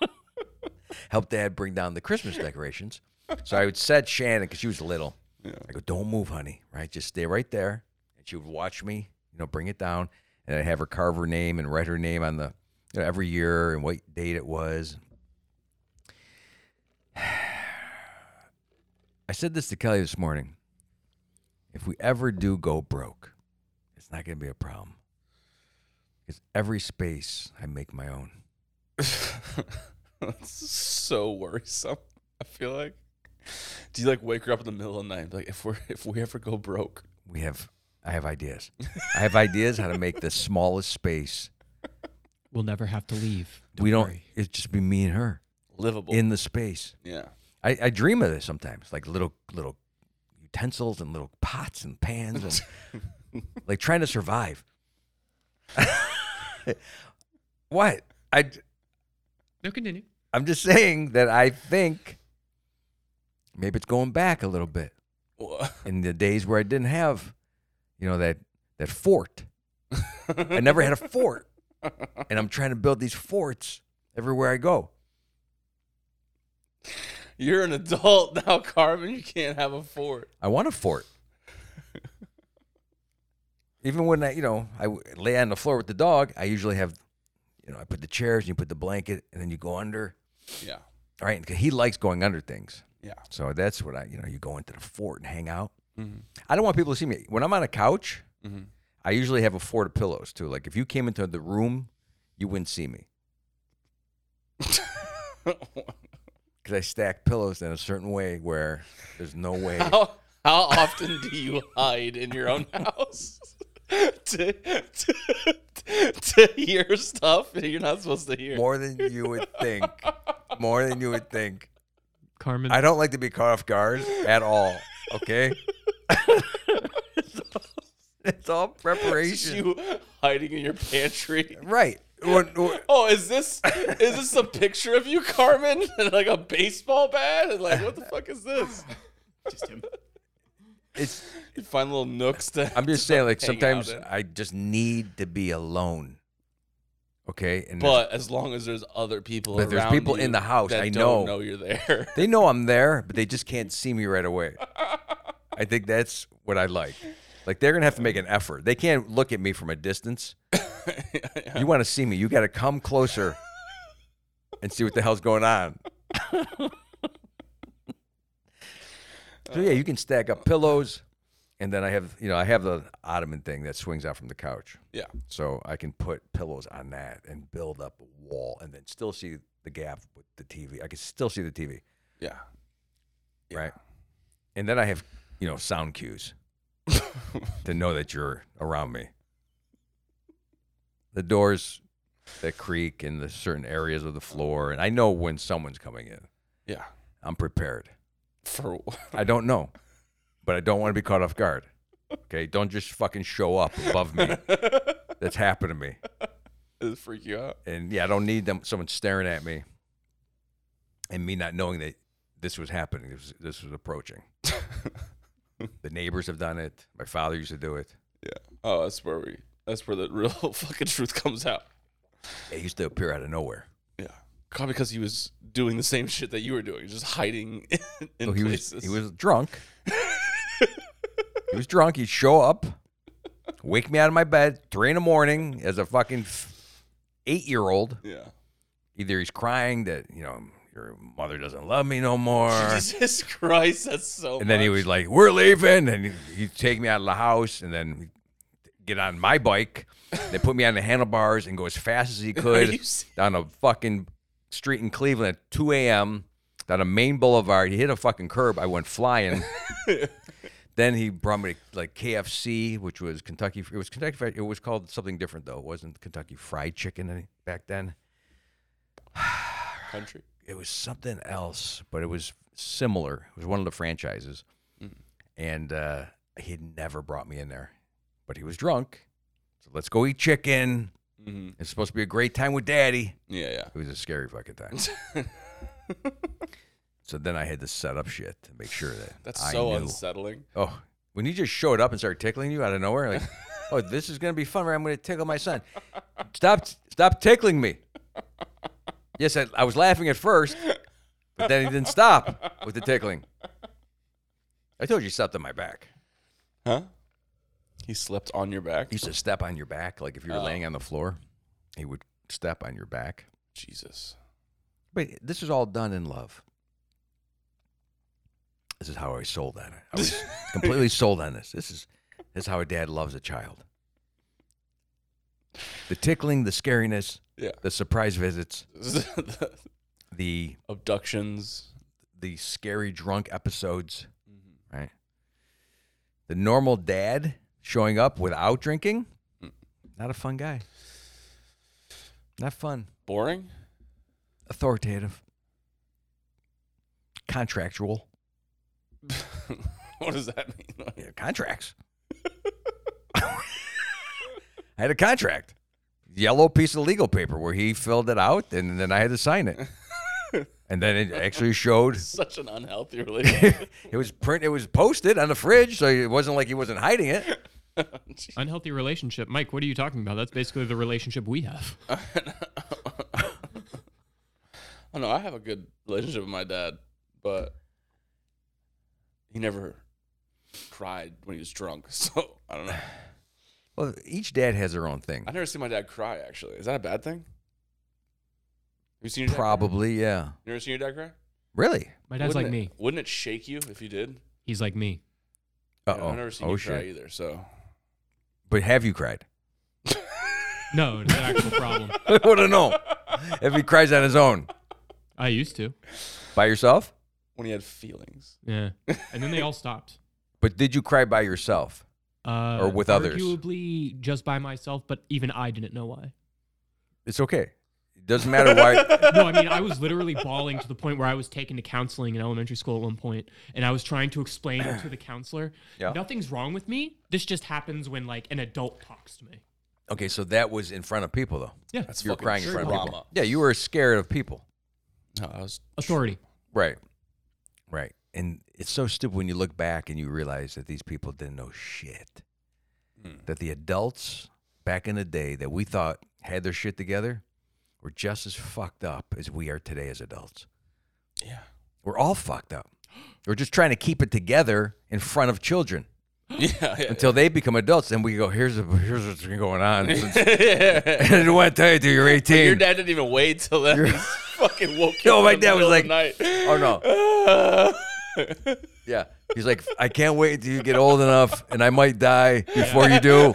Speaker 3: Help dad bring down the Christmas decorations. So I would set Shannon because she was little. I go, don't move, honey. Right? Just stay right there. And she would watch me, you know, bring it down. And I'd have her carve her name and write her name on the, you know, every year and what date it was. I said this to Kelly this morning. If we ever do go broke, it's not going to be a problem. Because every space I make my own.
Speaker 2: That's so worrisome. I feel like. Do you like wake her up in the middle of the night? Like if we're if we ever go broke,
Speaker 3: We have, I have ideas. I have ideas how to make the smallest space.
Speaker 1: We'll never have to leave.
Speaker 3: we don't,
Speaker 1: worry.
Speaker 3: it's just be me and her
Speaker 2: livable.
Speaker 3: in the space.
Speaker 2: yeah.
Speaker 3: I, I dream of this sometimes, like little, little utensils and little pots and pans and like trying to survive. what? I,
Speaker 1: No, continue.
Speaker 3: I'm just saying that I think maybe it's going back a little bit
Speaker 2: Wha-
Speaker 3: in the days where I didn't have, you know, that that fort. I never had a fort, and I'm trying to build these forts everywhere I go.
Speaker 2: You're an adult now, Carmen. You can't have a fort.
Speaker 3: I want a fort. Even when I, you know, I w- lay on the floor with the dog, I usually have, you know, I put the chairs and you put the blanket and then you go under.
Speaker 2: Yeah.
Speaker 3: All right, 'cause he likes going under things.
Speaker 2: Yeah.
Speaker 3: So that's what I, you know, you go into the fort and hang out.
Speaker 2: Mm-hmm.
Speaker 3: I don't want people to see me. When I'm on a couch, I usually have a fort of pillows too. Like if you came into the room, you wouldn't see me because I stack pillows in a certain way where there's no way.
Speaker 2: How how often do you hide in your own house to, to, to hear stuff that you're not supposed to hear?
Speaker 3: More than you would think. More than you would think.
Speaker 1: Carmen,
Speaker 3: I don't like to be caught off guard at all. Okay. It's all- it's all
Speaker 2: Just
Speaker 3: preparation.
Speaker 2: you hiding in your pantry.
Speaker 3: right. When- when-
Speaker 2: Oh, is this is this a picture of you, Carmen, and like a baseball bat? And like, what the fuck is this?
Speaker 1: just him.
Speaker 3: it's
Speaker 2: You find little nooks to.
Speaker 3: I'm just saying, like
Speaker 2: hang out
Speaker 3: sometimes
Speaker 2: in.
Speaker 3: I just need to be alone. Okay, and there's-
Speaker 2: But as long as there's other people,
Speaker 3: But there's
Speaker 2: around
Speaker 3: people
Speaker 2: you
Speaker 3: in the house,
Speaker 2: That
Speaker 3: I know.
Speaker 2: don't know you're there.
Speaker 3: they know I'm there, but they just can't see me right away. I think that's what I like. Like they're gonna have to make an effort. They can't look at me from a distance. You want to see me? You got to come closer and see what the hell's going on. so yeah, you can stack up pillows, and then I have you know I have the ottoman thing that swings out from the couch.
Speaker 2: yeah,
Speaker 3: So I can put pillows on that and build up a wall and then still see the gap with the TV. I can still see the TV,
Speaker 2: yeah.
Speaker 3: right? And then I have, you know, sound cues to know that you're around me. The doors that creak in the certain areas of the floor and I know when someone's coming in.
Speaker 2: Yeah.
Speaker 3: I'm prepared.
Speaker 2: For
Speaker 3: I don't know, but I don't want to be caught off guard. Okay, don't just fucking show up above me. That's happened to me.
Speaker 2: it freak you out.
Speaker 3: and yeah, I don't need them someone staring at me and me not knowing that this was happening. This was, this was approaching. the neighbors have done it. My father used to do it.
Speaker 2: Yeah. Oh, that's where we. That's where the real fucking truth comes out.
Speaker 3: It used to appear out of nowhere.
Speaker 2: Yeah. Probably because he was doing the same shit that you were doing, just hiding in, in
Speaker 3: So Oh, he
Speaker 2: places.
Speaker 3: was he was drunk. he was drunk. He'd show up, wake me out of my bed three in the morning as a fucking eight year old.
Speaker 2: Yeah.
Speaker 3: Either he's crying that you know your mother doesn't love me no more.
Speaker 2: Jesus Christ, that's so.
Speaker 3: And then he
Speaker 2: much.
Speaker 3: was like, "We're leaving," and he- he'd take me out of the house, and then get on my bike. They put me on the handlebars and go as fast as he
Speaker 2: Are you
Speaker 3: could
Speaker 2: serious?
Speaker 3: down a fucking street in Cleveland at 2 a.m. down a main boulevard. He hit a fucking curb. I went flying. Then he brought me to like KFC, which was Kentucky. It was Kentucky. Fried, it was called something different though. It wasn't Kentucky Fried Chicken any- back then.
Speaker 2: Country.
Speaker 3: It was something else, but it was similar. It was one of the franchises,
Speaker 2: Hmm.
Speaker 3: and uh, he had never brought me in there. But he was drunk, so let's go eat chicken.
Speaker 2: Mhm.
Speaker 3: It's supposed to be a great time with Daddy.
Speaker 2: Yeah, yeah.
Speaker 3: It was a scary fucking time. so then I had to set up shit to make sure that
Speaker 2: That's
Speaker 3: I
Speaker 2: so
Speaker 3: knew.
Speaker 2: unsettling.
Speaker 3: Oh, when you just showed up and started tickling you out of nowhere, like, oh, this is gonna be fun. Where I'm gonna tickle my son. Stop, stop tickling me. Yes, I, I was laughing at first, but then he didn't stop with the tickling. I told you he stepped on my back.
Speaker 2: Huh? He slept on your back.
Speaker 3: He used to step on your back, like if you were
Speaker 2: Oh.
Speaker 3: laying on the floor, he would step on your back.
Speaker 2: Jesus.
Speaker 3: But this is all done in love. This is how I was sold on it. I was completely sold on this. This is this is how a dad loves a child. The tickling, the scariness,
Speaker 2: Yeah.
Speaker 3: the surprise visits, the
Speaker 2: Abductions.
Speaker 3: the scary drunk episodes, right? The normal dad showing up without drinking, not a fun guy. Not fun.
Speaker 2: Boring?
Speaker 3: Authoritative. Contractual.
Speaker 2: what does that mean? Like,
Speaker 3: Yeah, contracts. I had a contract, yellow piece of legal paper where he filled it out, and then I had to sign it. and then it actually showed
Speaker 2: such an unhealthy relationship.
Speaker 3: it was print, it was posted on the fridge, so it wasn't like he wasn't hiding it.
Speaker 4: Unhealthy relationship. Mike, what are you talking about? That's basically the relationship we have.
Speaker 2: I know I have a good relationship with my dad, but he never cried when he was drunk. So I don't know.
Speaker 3: Well, each dad has their own thing.
Speaker 2: I never seen my dad cry. Actually, is that a bad thing? Have you seen your dad cry?
Speaker 3: Probably, yeah.
Speaker 2: You ever seen your dad cry?
Speaker 3: Really?
Speaker 4: My
Speaker 2: Wouldn't
Speaker 4: dad's like
Speaker 2: it-
Speaker 4: me.
Speaker 2: Wouldn't it shake you if you did?
Speaker 4: He's like me.
Speaker 3: Uh
Speaker 2: You know,
Speaker 3: oh.
Speaker 2: I've never seen
Speaker 3: Oh
Speaker 2: you
Speaker 3: shit.
Speaker 2: cry either. So
Speaker 3: But have you cried?
Speaker 4: No, it's an actual problem.
Speaker 3: I want to know if he cries on his own
Speaker 4: I used to.
Speaker 3: by yourself.
Speaker 2: when he had feelings,
Speaker 4: Yeah. And then they all stopped.
Speaker 3: But did you cry by yourself?
Speaker 4: Uh,
Speaker 3: Or with others.
Speaker 4: Arguably just by myself, but even I didn't know why.
Speaker 3: It's okay. It doesn't matter why.
Speaker 4: No, I mean, I was literally bawling to the point where I was taken to counseling in elementary school at one point, and I was trying to explain to the counselor,
Speaker 3: Yeah.
Speaker 4: nothing's wrong with me. This just happens when like an adult talks to me.
Speaker 3: Okay, so that was in front of people, though.
Speaker 4: Yeah,
Speaker 2: that's
Speaker 3: You were
Speaker 2: fucking
Speaker 3: crying in front of people.
Speaker 2: drama.
Speaker 3: Yeah, you were scared of people.
Speaker 2: No, I was.
Speaker 4: authority.
Speaker 3: Right. Right. And it's so stupid when you look back and you realize that these people didn't know shit.
Speaker 2: Hmm.
Speaker 3: That the adults back in the day that we thought had their shit together were just as fucked up as we are today as adults.
Speaker 2: Yeah.
Speaker 3: We're all fucked up. We're just trying to keep it together in front of children
Speaker 2: Yeah. yeah.
Speaker 3: until they become adults. And we go, here's, a, here's what's been going on. Since, I didn't want to tell you till you're 18.
Speaker 2: Your dad didn't even wait till that. He fucking woke you
Speaker 3: No,
Speaker 2: up
Speaker 3: my
Speaker 2: in the
Speaker 3: dad was
Speaker 2: middle of
Speaker 3: like,
Speaker 2: the night.
Speaker 3: oh, no. Yeah. He's like, I can't wait until you get old enough and I might die before you do.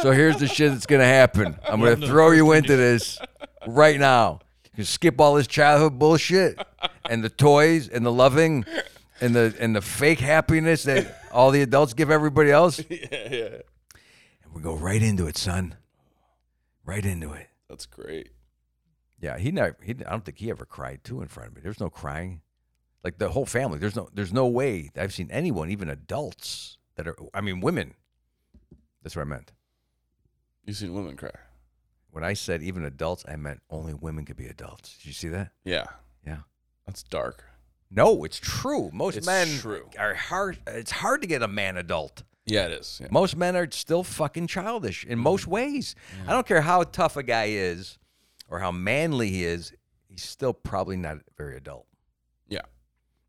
Speaker 3: So here's the shit that's going to happen. I'm going to throw you into this right now. You can skip all this childhood bullshit and the toys and the loving and the and the fake happiness that all the adults give everybody else.
Speaker 2: yeah, yeah.
Speaker 3: And we go right into it, son. Right into it.
Speaker 2: That's great.
Speaker 3: Yeah, he never. He, I don't think he ever cried too in front of me. There's no crying, like the whole family. There's no. There's no way that I've seen anyone, even adults that are. I mean, women. That's what I meant
Speaker 2: You've seen women cry.
Speaker 3: when I said even adults. I meant only women could be adults. Did you see that?
Speaker 2: Yeah.
Speaker 3: Yeah.
Speaker 2: That's dark.
Speaker 3: No, it's true. Most
Speaker 2: It's
Speaker 3: men
Speaker 2: true.
Speaker 3: are hard. It's hard to get a man adult.
Speaker 2: Yeah, it is. Yeah.
Speaker 3: Most men are still fucking childish
Speaker 2: Mm-hmm.
Speaker 3: in most ways. I don't care how tough a guy is, or how manly he is. He's still probably not very adult.
Speaker 2: yeah.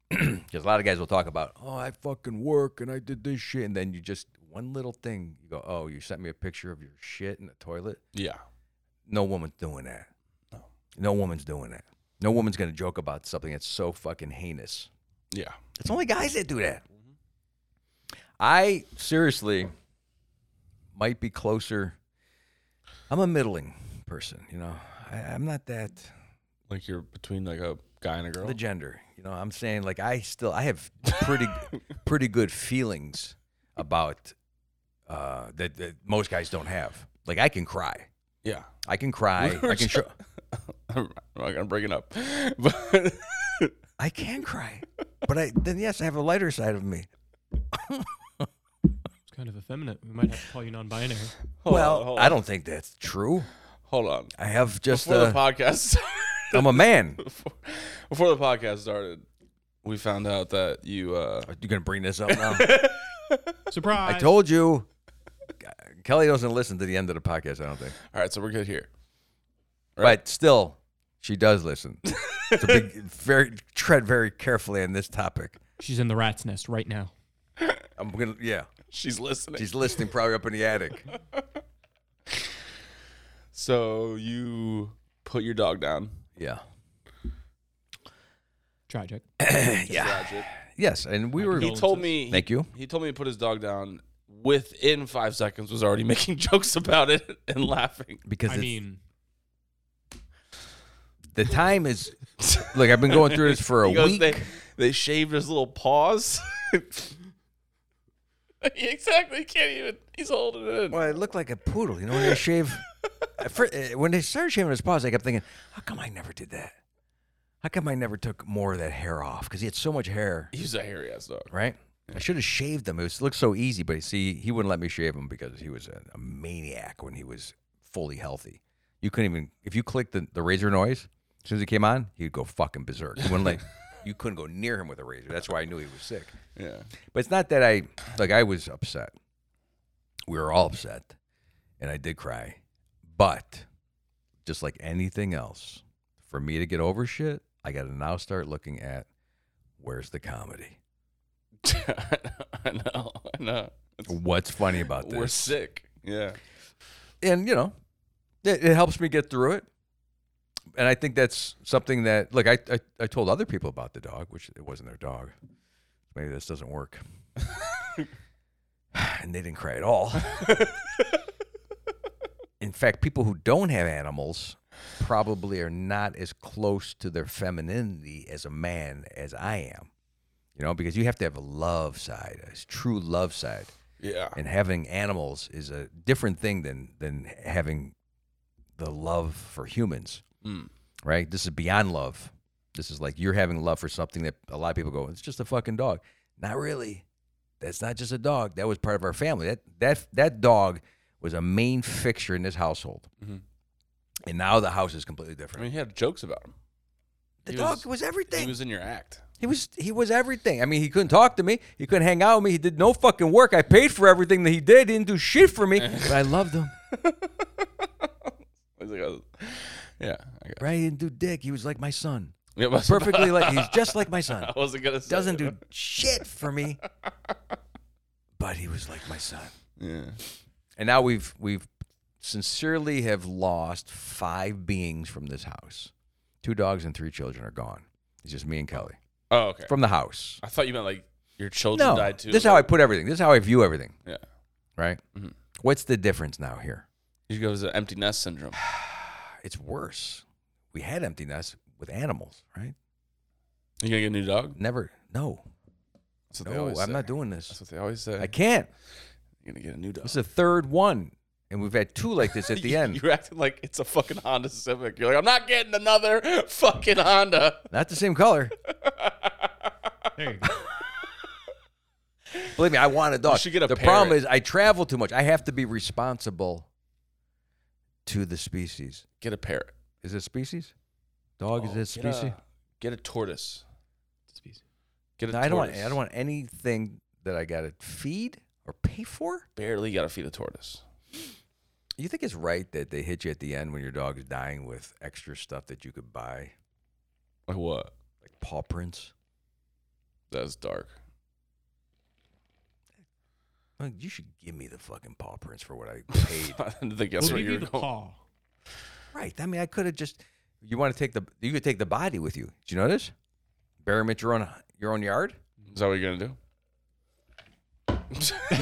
Speaker 3: Because a lot of guys will talk about, oh, I fucking work and I did this shit. And then you just, one little thing, you go, oh, you sent me a picture of your shit in the toilet.
Speaker 2: Yeah.
Speaker 3: No woman's doing that. No woman's doing that. No woman's going to joke about something that's so fucking heinous.
Speaker 2: Yeah.
Speaker 3: It's only guys that do that. I seriously might be closer. I'm a middling person, you know. I, I'm not that.
Speaker 2: Like you're between like a guy and a girl.
Speaker 3: the gender. You know, I'm saying like I still I have pretty pretty good feelings about uh, that, that most guys don't have. Like I can cry.
Speaker 2: Yeah.
Speaker 3: I can cry. I can show.
Speaker 2: I'm not gonna bring it up, but
Speaker 3: I can cry, but I then yes, I have a lighter side of me.
Speaker 4: It's kind of effeminate. We might have to call you non-binary.
Speaker 2: hold
Speaker 3: well,
Speaker 2: on, hold
Speaker 3: I
Speaker 2: on,
Speaker 3: don't think that's true.
Speaker 2: hold on.
Speaker 3: I have just
Speaker 2: Before the
Speaker 3: a,
Speaker 2: podcast,
Speaker 3: I'm a man.
Speaker 2: before, before the podcast started, we found out that you. Uh,
Speaker 3: You're gonna bring this up now.
Speaker 4: Surprise!
Speaker 3: I told you. Kelly doesn't listen to the end of the podcast. I don't think,
Speaker 2: all right, so we're good here.
Speaker 3: but still, she does listen. It's a big, very tread very carefully on this topic.
Speaker 4: She's in the rat's nest right now.
Speaker 3: I'm gonna, yeah.
Speaker 2: She's listening.
Speaker 3: She's listening probably up in the attic.
Speaker 2: so you put your dog down.
Speaker 3: Yeah.
Speaker 4: Tragic.
Speaker 3: yeah.
Speaker 2: Tragic.
Speaker 3: Yes, and we were.
Speaker 2: He told me.
Speaker 3: Thank you.
Speaker 2: He told me to put his dog down. Within five seconds, was already making jokes about it and laughing.
Speaker 3: because
Speaker 4: I
Speaker 3: it's-
Speaker 4: mean,
Speaker 3: the time is. Look, I've been going through this for a
Speaker 2: He goes,
Speaker 3: week.
Speaker 2: They, they shaved his little paws. exactly. He can't even. He's holding it in.
Speaker 3: Well, it looked like a poodle. You know, when they shave. at fir- uh, when they started shaving his paws, I kept thinking, how come I never did that? How come I never took more of that hair off? Because he had so much hair,
Speaker 2: He's a hairy ass dog.
Speaker 3: right? I should have shaved him. It was, looked so easy, but see, he wouldn't let me shave him because he was a, a maniac when he was fully healthy. You couldn't even, if you clicked the, the razor noise, as soon as he came on, he'd go fucking berserk. He wouldn't let, you couldn't go near him with a razor. That's why I knew he was sick.
Speaker 2: Yeah.
Speaker 3: But it's not that I like I was upset. We were all upset, and I did cry. But just like anything else, for me to get over shit, I got to now start looking at where's the comedy?
Speaker 2: I know. I know. It's-
Speaker 3: What's funny about
Speaker 2: we're
Speaker 3: this?
Speaker 2: sick. Yeah.
Speaker 3: And you know, it, it helps me get through it. And I think that's something that look I, I I told other people about the dog, which it wasn't their dog. Maybe this doesn't work. and they didn't cry at all. in fact, people who don't have animals probably are not as close to their femininity as a man as I am. You know, because you have to have a love side, a true love side.
Speaker 2: Yeah.
Speaker 3: And having animals is a different thing than than having the love for humans,
Speaker 2: Mm.
Speaker 3: right? This is beyond love. This is like you're having love for something that a lot of people go, it's just a fucking dog. Not really. That's not just a dog. That was part of our family. That that that dog was a main fixture in this household.
Speaker 2: Mhm.
Speaker 3: And now the house is completely
Speaker 2: I
Speaker 3: different.
Speaker 2: mean, he had jokes about him.
Speaker 3: the
Speaker 2: he
Speaker 3: dog
Speaker 2: was-
Speaker 3: was, everything.
Speaker 2: He was in your act.
Speaker 3: He was he was everything. I mean, he couldn't talk to me. He couldn't hang out with me. He did no fucking work. I paid for everything that he did. He didn't do shit for me. But I loved him.
Speaker 2: He's like, oh, yeah. I got
Speaker 3: Right? He didn't do dick. He was like my son.
Speaker 2: Yeah, but-
Speaker 3: Perfectly like he's just like my son.
Speaker 2: I wasn't gonna say
Speaker 3: Doesn't
Speaker 2: it.
Speaker 3: do shit for me. But he was like my son.
Speaker 2: Yeah.
Speaker 3: And now we've we've sincerely have lost five beings from this house. Two dogs and three children are gone. It's just me and Kelly.
Speaker 2: Oh, okay.
Speaker 3: From the house.
Speaker 2: I thought you meant like your children
Speaker 3: No.
Speaker 2: died too.
Speaker 3: This is how I put everything. This is how I view everything.
Speaker 2: Yeah.
Speaker 3: right?
Speaker 2: Mhm.
Speaker 3: What's the difference now here?
Speaker 2: He goes to empty nest syndrome.
Speaker 3: It's worse. We had empty nests with animals, right?
Speaker 2: You gonna get a new dog?
Speaker 3: Never. No,
Speaker 2: That's what they
Speaker 3: no, I'm
Speaker 2: always say.
Speaker 3: not doing
Speaker 2: That's
Speaker 3: this.
Speaker 2: what they always say.
Speaker 3: I can't.
Speaker 2: You're gonna get a new dog.
Speaker 3: This is the third one, and we've had two like this at the
Speaker 2: You-
Speaker 3: end.
Speaker 2: You're acting like it's a fucking Honda Civic. You're like, I'm not getting another fucking Honda.
Speaker 3: Not the same color.
Speaker 4: there you go.
Speaker 3: Believe me, I want a dog.
Speaker 2: should get a
Speaker 3: the problem
Speaker 2: parrot.
Speaker 3: is I travel too much. I have to be responsible to the species.
Speaker 2: Get a parrot.
Speaker 3: Is it species? Dog is it a
Speaker 2: Oh, Get a-
Speaker 3: species?
Speaker 2: Get a tortoise.
Speaker 4: Species.
Speaker 2: Get a
Speaker 3: No,
Speaker 2: tortoise.
Speaker 3: I don't want. I don't want anything that I got to feed or pay for.
Speaker 2: Barely gotta feed a tortoise.
Speaker 3: You think it's right that they hit you at the end when your dog is dying with extra stuff that you could buy,
Speaker 2: Like what?
Speaker 3: like paw prints?
Speaker 2: That's dark.
Speaker 3: Like, you should give me the fucking paw prints for what I paid.
Speaker 2: I didn't think that's where
Speaker 4: we'll
Speaker 2: you
Speaker 4: give you
Speaker 2: were
Speaker 4: the
Speaker 2: going.
Speaker 4: paw.
Speaker 3: right. I mean, I could have just. You want to take the? You could take the body with you. Did you notice? Bury him at your own your own yard.
Speaker 2: Is that what you're gonna do?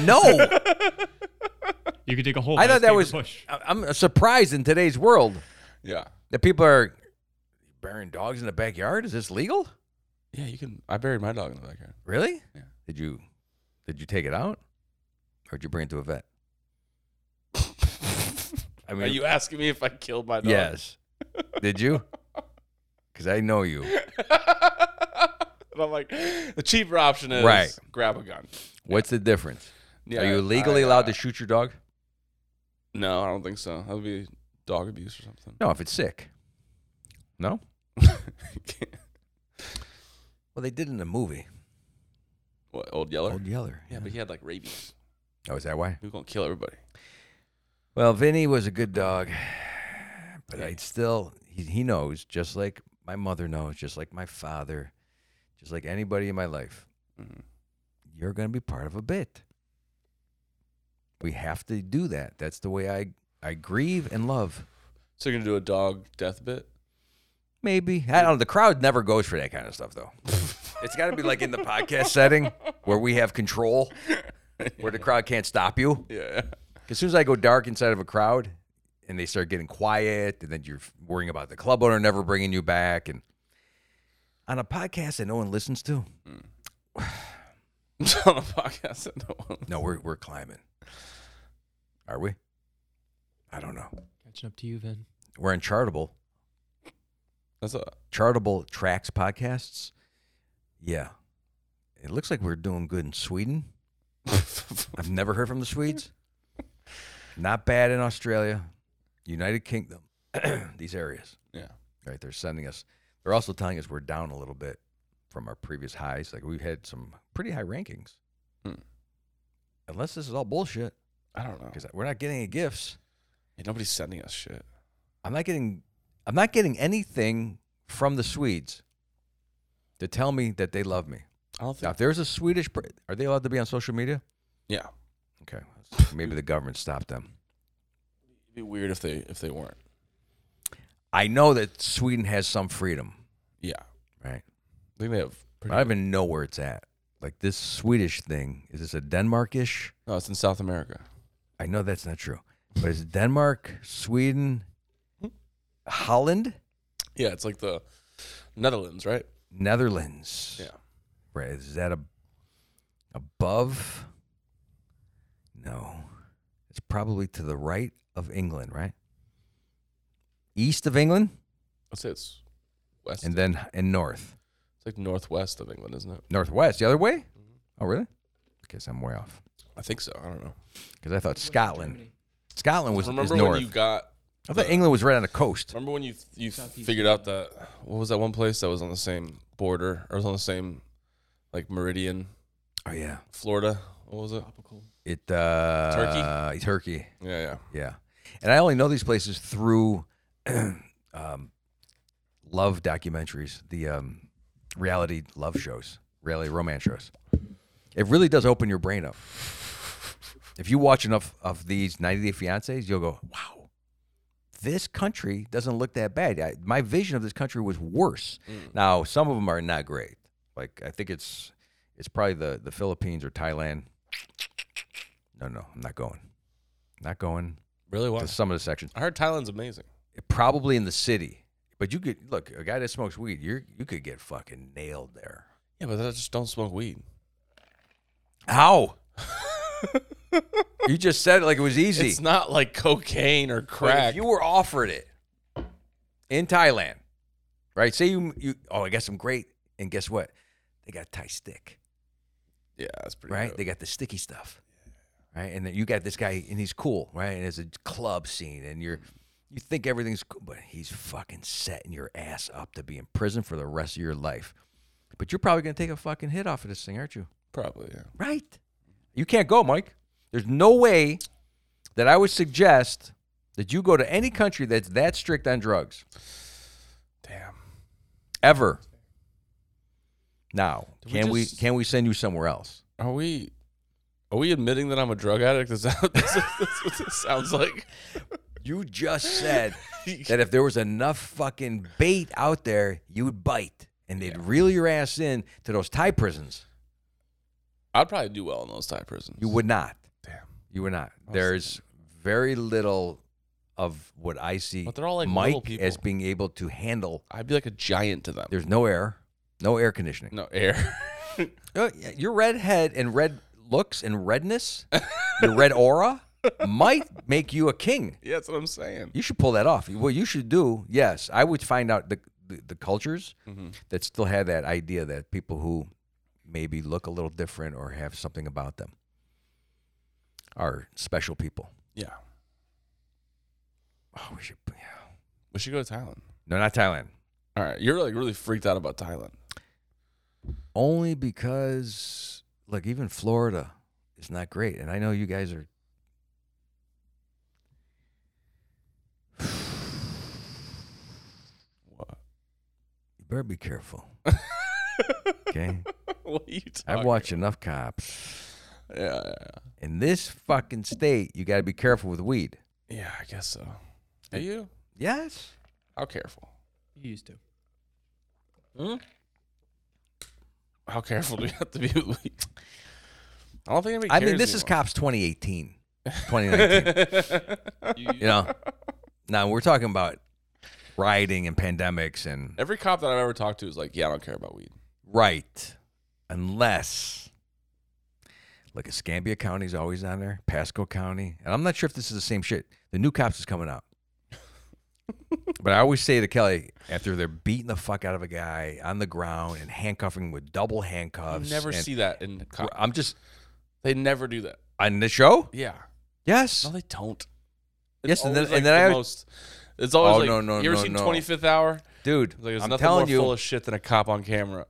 Speaker 3: No,
Speaker 4: You could dig a hole.
Speaker 3: I
Speaker 4: by
Speaker 3: thought
Speaker 4: its
Speaker 3: that
Speaker 4: bigger
Speaker 3: was.
Speaker 4: bush.
Speaker 3: I- I'm surprised in today's world
Speaker 2: Yeah.
Speaker 3: that people are burying dogs in the backyard. Is this legal?
Speaker 2: Yeah, you can. I buried my dog in the backyard.
Speaker 3: Really?
Speaker 2: Yeah.
Speaker 3: Did you? Did you take it out? or did you bring it to a vet? I mean,
Speaker 2: Are you asking me if I killed my dog?
Speaker 3: yes. did you? Because I know you.
Speaker 2: and I'm like, the cheaper option is
Speaker 3: Right.
Speaker 2: grab a gun.
Speaker 3: What's the difference?
Speaker 2: Yeah,
Speaker 3: Are
Speaker 2: I-
Speaker 3: you legally
Speaker 2: I-
Speaker 3: allowed to shoot your dog?
Speaker 2: No, I don't think so. That would be dog abuse or something.
Speaker 3: No, if it's sick. No. Well, they did in the movie.
Speaker 2: what, old Yeller?
Speaker 3: Old Yeller.
Speaker 2: yeah, but he had like rabies.
Speaker 3: Oh, is that why?
Speaker 2: He was gonna kill everybody.
Speaker 3: Well, Vinny was a good dog, but I still he, he knows just like my mother knows, just like my father, just like anybody in my life.
Speaker 2: Mhm.
Speaker 3: You're going to be part of a bit. We have to do that. That's the way I I grieve and love.
Speaker 2: So you're gonna do a dog death bit?
Speaker 3: Maybe I don't know. The crowd never goes for that kind of stuff, though. it's got to be like in the podcast setting where we have control, where the crowd can't stop you.
Speaker 2: Yeah.
Speaker 3: As soon as I go dark inside of a crowd and they start getting quiet, and then you're worrying about the club owner never bringing you back, and on a podcast that no one listens to,
Speaker 2: on a podcast. I don't want-
Speaker 3: no, we're we're climbing. Are we? I don't know.
Speaker 4: Catching up to you, Vin.
Speaker 3: We're in chartable,
Speaker 2: That's a
Speaker 3: chartable tracks podcasts. Yeah, it looks like we're doing good in Sweden. I've never heard from the Swedes. Not bad in Australia, United Kingdom, these areas.
Speaker 2: yeah.
Speaker 3: right? They're sending us. They're also telling us we're down a little bit from our previous highs. Like we've had some pretty high rankings.
Speaker 2: Hmm. Oh.
Speaker 3: Unless this is all bullshit,
Speaker 2: I don't know.
Speaker 3: because we're not getting any gifts.
Speaker 2: Hey, nobody's sending us shit.
Speaker 3: I'm not getting. I'm not getting anything from the Swedes to tell me that they love me.
Speaker 2: I don't
Speaker 3: Now,
Speaker 2: think.
Speaker 3: if there's a Swedish, pr- are they allowed to be on social media?
Speaker 2: Yeah.
Speaker 3: Okay, maybe the government stopped them.
Speaker 2: It'd be weird if they if they weren't.
Speaker 3: I know that Sweden has some freedom,
Speaker 2: Yeah.
Speaker 3: right?
Speaker 2: I think they have.
Speaker 3: But
Speaker 2: Pretty
Speaker 3: I don't even know where it's at. Like this Swedish thing, is this a Denmarkish?
Speaker 2: no, it's in South America.
Speaker 3: I know that's not true, but it's Denmark, Sweden, Holland,
Speaker 2: Yeah, it's like the Netherlands, right?
Speaker 3: Netherlands.
Speaker 2: Yeah.
Speaker 3: Right? Is that a above? No, it's probably to the right of England, right? East of England,
Speaker 2: I'd say it's west.
Speaker 3: and then and north,
Speaker 2: it's like northwest of England, isn't it?
Speaker 3: northwest, the other way.
Speaker 2: Mm-hmm.
Speaker 3: Oh, really? I guess I'm way off
Speaker 2: I think so. I don't know.
Speaker 3: because I thought Scotland, Scotland was is
Speaker 2: remember when
Speaker 3: north.
Speaker 2: you got?
Speaker 3: I thought England was right on the coast.
Speaker 2: Remember when you you figured out that what was that one place that was on the same border or was on the same like meridian,
Speaker 3: Oh yeah,
Speaker 2: Florida? What was it?
Speaker 4: Topical.
Speaker 3: it uh, Turkey. Turkey.
Speaker 2: Yeah, yeah.
Speaker 3: Yeah. And I only know these places through um, love documentaries, the um, reality love shows, reality romance shows. It really does open your brain up. If you watch enough of these 90 Day Fiancés, you'll go, wow, this country doesn't look that bad. I, my vision of this country was worse. Now, some of them are not great. Like, I think it's it's probably the, the Philippines or Thailand. No, no, I'm not going. Not going
Speaker 2: Really?
Speaker 3: to
Speaker 2: What?
Speaker 3: some of the sections.
Speaker 2: I heard Thailand's amazing.
Speaker 3: Probably in the city, but you could look a guy that smokes weed. You are you could get fucking nailed there.
Speaker 2: Yeah, but I just don't smoke weed.
Speaker 3: How? you just said it like it was easy.
Speaker 2: It's not like cocaine or
Speaker 3: But if
Speaker 2: crack.
Speaker 3: you were offered it in Thailand, right? Say you you oh I got some great and guess what? They got Thai stick,
Speaker 2: yeah, that's pretty
Speaker 3: right?
Speaker 2: dope.
Speaker 3: They got the sticky stuff, right? And then you got this guy and he's cool, right? And there's a club scene and you're. You think everything's cool, but he's fucking setting your ass up to be in prison for the rest of your life. But you're probably gonna take a fucking hit off of this thing, aren't you?
Speaker 2: Probably. Yeah.
Speaker 3: Right. You can't go, Mike. There's no way that I would suggest that you go to any country that's that strict on drugs
Speaker 2: Damn.
Speaker 3: ever. Now,
Speaker 2: Did we
Speaker 3: can we
Speaker 2: just-
Speaker 3: can we send you somewhere else?
Speaker 2: Are we? Are we admitting that I'm a drug addict? Is that that's, that's what this sounds like?
Speaker 3: You just said that if there was enough fucking bait out there, you would bite and they'd reel your ass in to those Thai prisons.
Speaker 2: I'd probably do well in those Thai prisons.
Speaker 3: You would not.
Speaker 2: Damn.
Speaker 3: You would not.
Speaker 2: was
Speaker 3: There's very little of what I see
Speaker 2: But they're all like little
Speaker 3: Mike as
Speaker 2: people.
Speaker 3: being able to handle
Speaker 2: I'd be like a giant to them.
Speaker 3: There's no air, no air conditioning. Oh,
Speaker 2: no air.
Speaker 3: Uh, Your red head and red looks and redness your red aura might make you a king.
Speaker 2: Yeah, that's what I'm saying.
Speaker 3: You should pull that off. What you should do, yes, I would find out the the, the cultures that still have that idea that people who maybe look a little different or have something about them are special people.
Speaker 2: Yeah.
Speaker 3: Oh, we should. Yeah.
Speaker 2: We should go to Thailand.
Speaker 3: No, not Thailand.
Speaker 2: All right. You're like really freaked out about Thailand.
Speaker 3: Only because, like, even Florida is not great, and I know you guys are.
Speaker 2: What?
Speaker 3: You better be careful. okay,
Speaker 2: what are you talking
Speaker 3: I've watched enough cops.
Speaker 2: Yeah, yeah,
Speaker 3: In this fucking state, you got to be careful with weed.
Speaker 2: yeah. Yeah, I guess so. Are you?
Speaker 3: Yes.
Speaker 2: How careful?
Speaker 1: You used to.
Speaker 2: How careful do you have to be? with weed? I don't think anybody
Speaker 3: I
Speaker 2: cares
Speaker 3: mean, this is
Speaker 2: anymore.
Speaker 3: cops 2018, 2019. you know, now we're talking about rioting and pandemics and
Speaker 2: Every cop that I've ever talked to is like, yeah, I don't care about weed.
Speaker 3: right, unless like Escambia County's always on there, Pasco County, and I'm not sure if this is the same shit. The new cops is coming out. but I always say to Kelly, after they're beating the fuck out of a guy on the ground and handcuffing with double
Speaker 2: I
Speaker 3: handcuffs,
Speaker 2: never
Speaker 3: and-
Speaker 2: see that in cop.
Speaker 3: I'm just
Speaker 2: They never do that.
Speaker 3: on the show.
Speaker 2: Yeah.
Speaker 3: Yes,
Speaker 2: No, they don't.
Speaker 3: Yes, and then-
Speaker 2: always,
Speaker 3: and then I-
Speaker 2: the most. It's always
Speaker 3: Oh,
Speaker 2: like,
Speaker 3: no, no,
Speaker 2: you ever
Speaker 3: no,
Speaker 2: seen
Speaker 3: no.
Speaker 2: Twenty Fifth Hour?
Speaker 3: dude.
Speaker 2: Like, there's
Speaker 3: I'm
Speaker 2: nothing more
Speaker 3: telling you,
Speaker 2: full of shit than a cop on camera.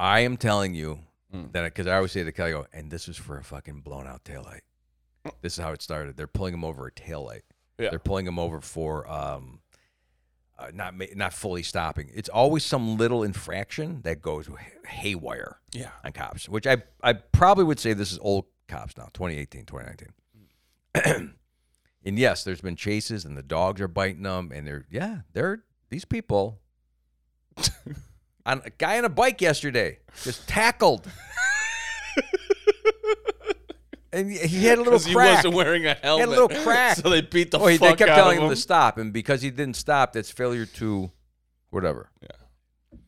Speaker 3: I am telling you
Speaker 2: Mm.
Speaker 3: that because I always say to Kelly, I go, and this was for a fucking blown out taillight. This is how it started. They're pulling him over a taillight.
Speaker 2: Yeah.
Speaker 3: They're pulling him over for um, uh, not ma- not fully stopping. It's always some little infraction that goes hay- haywire
Speaker 2: Yeah.
Speaker 3: on cops, which I I probably would say this is old cops now, 2018, 2019. and yes, there's been chases and the dogs are biting them and they're yeah, they're these people on a guy on a bike yesterday just tackled. and he had a little
Speaker 2: Because he
Speaker 3: crack.
Speaker 2: wasn't wearing a helmet.
Speaker 3: little crack.
Speaker 2: So they beat the
Speaker 3: Oh, he,
Speaker 2: fuck
Speaker 3: they kept
Speaker 2: out
Speaker 3: telling
Speaker 2: of
Speaker 3: him to stop, and because he didn't stop, that's failure to whatever.
Speaker 2: Yeah.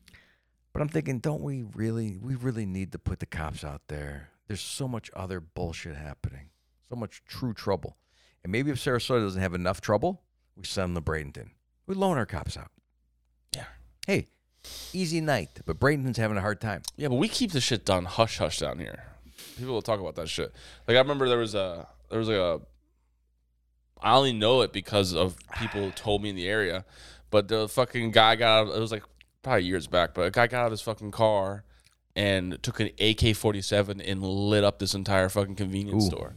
Speaker 3: But I'm thinking, don't we really we really need to put the cops out there? There's so much other bullshit happening. So much true trouble. And maybe if Sarasota doesn't have enough trouble, we send them to Bradenton. We loan our cops out.
Speaker 2: Yeah.
Speaker 3: Hey, easy night. But Bradenton's having a hard time.
Speaker 2: Yeah, but we keep this shit done hush hush down here. People will talk about that shit. Like I remember there was a there was like a I only know it because of people who told me in the area. But the fucking guy got out of, it was like probably years back, but a guy got out of his fucking car and took an AK forty seven and lit up this entire fucking convenience
Speaker 3: Ooh.
Speaker 2: store.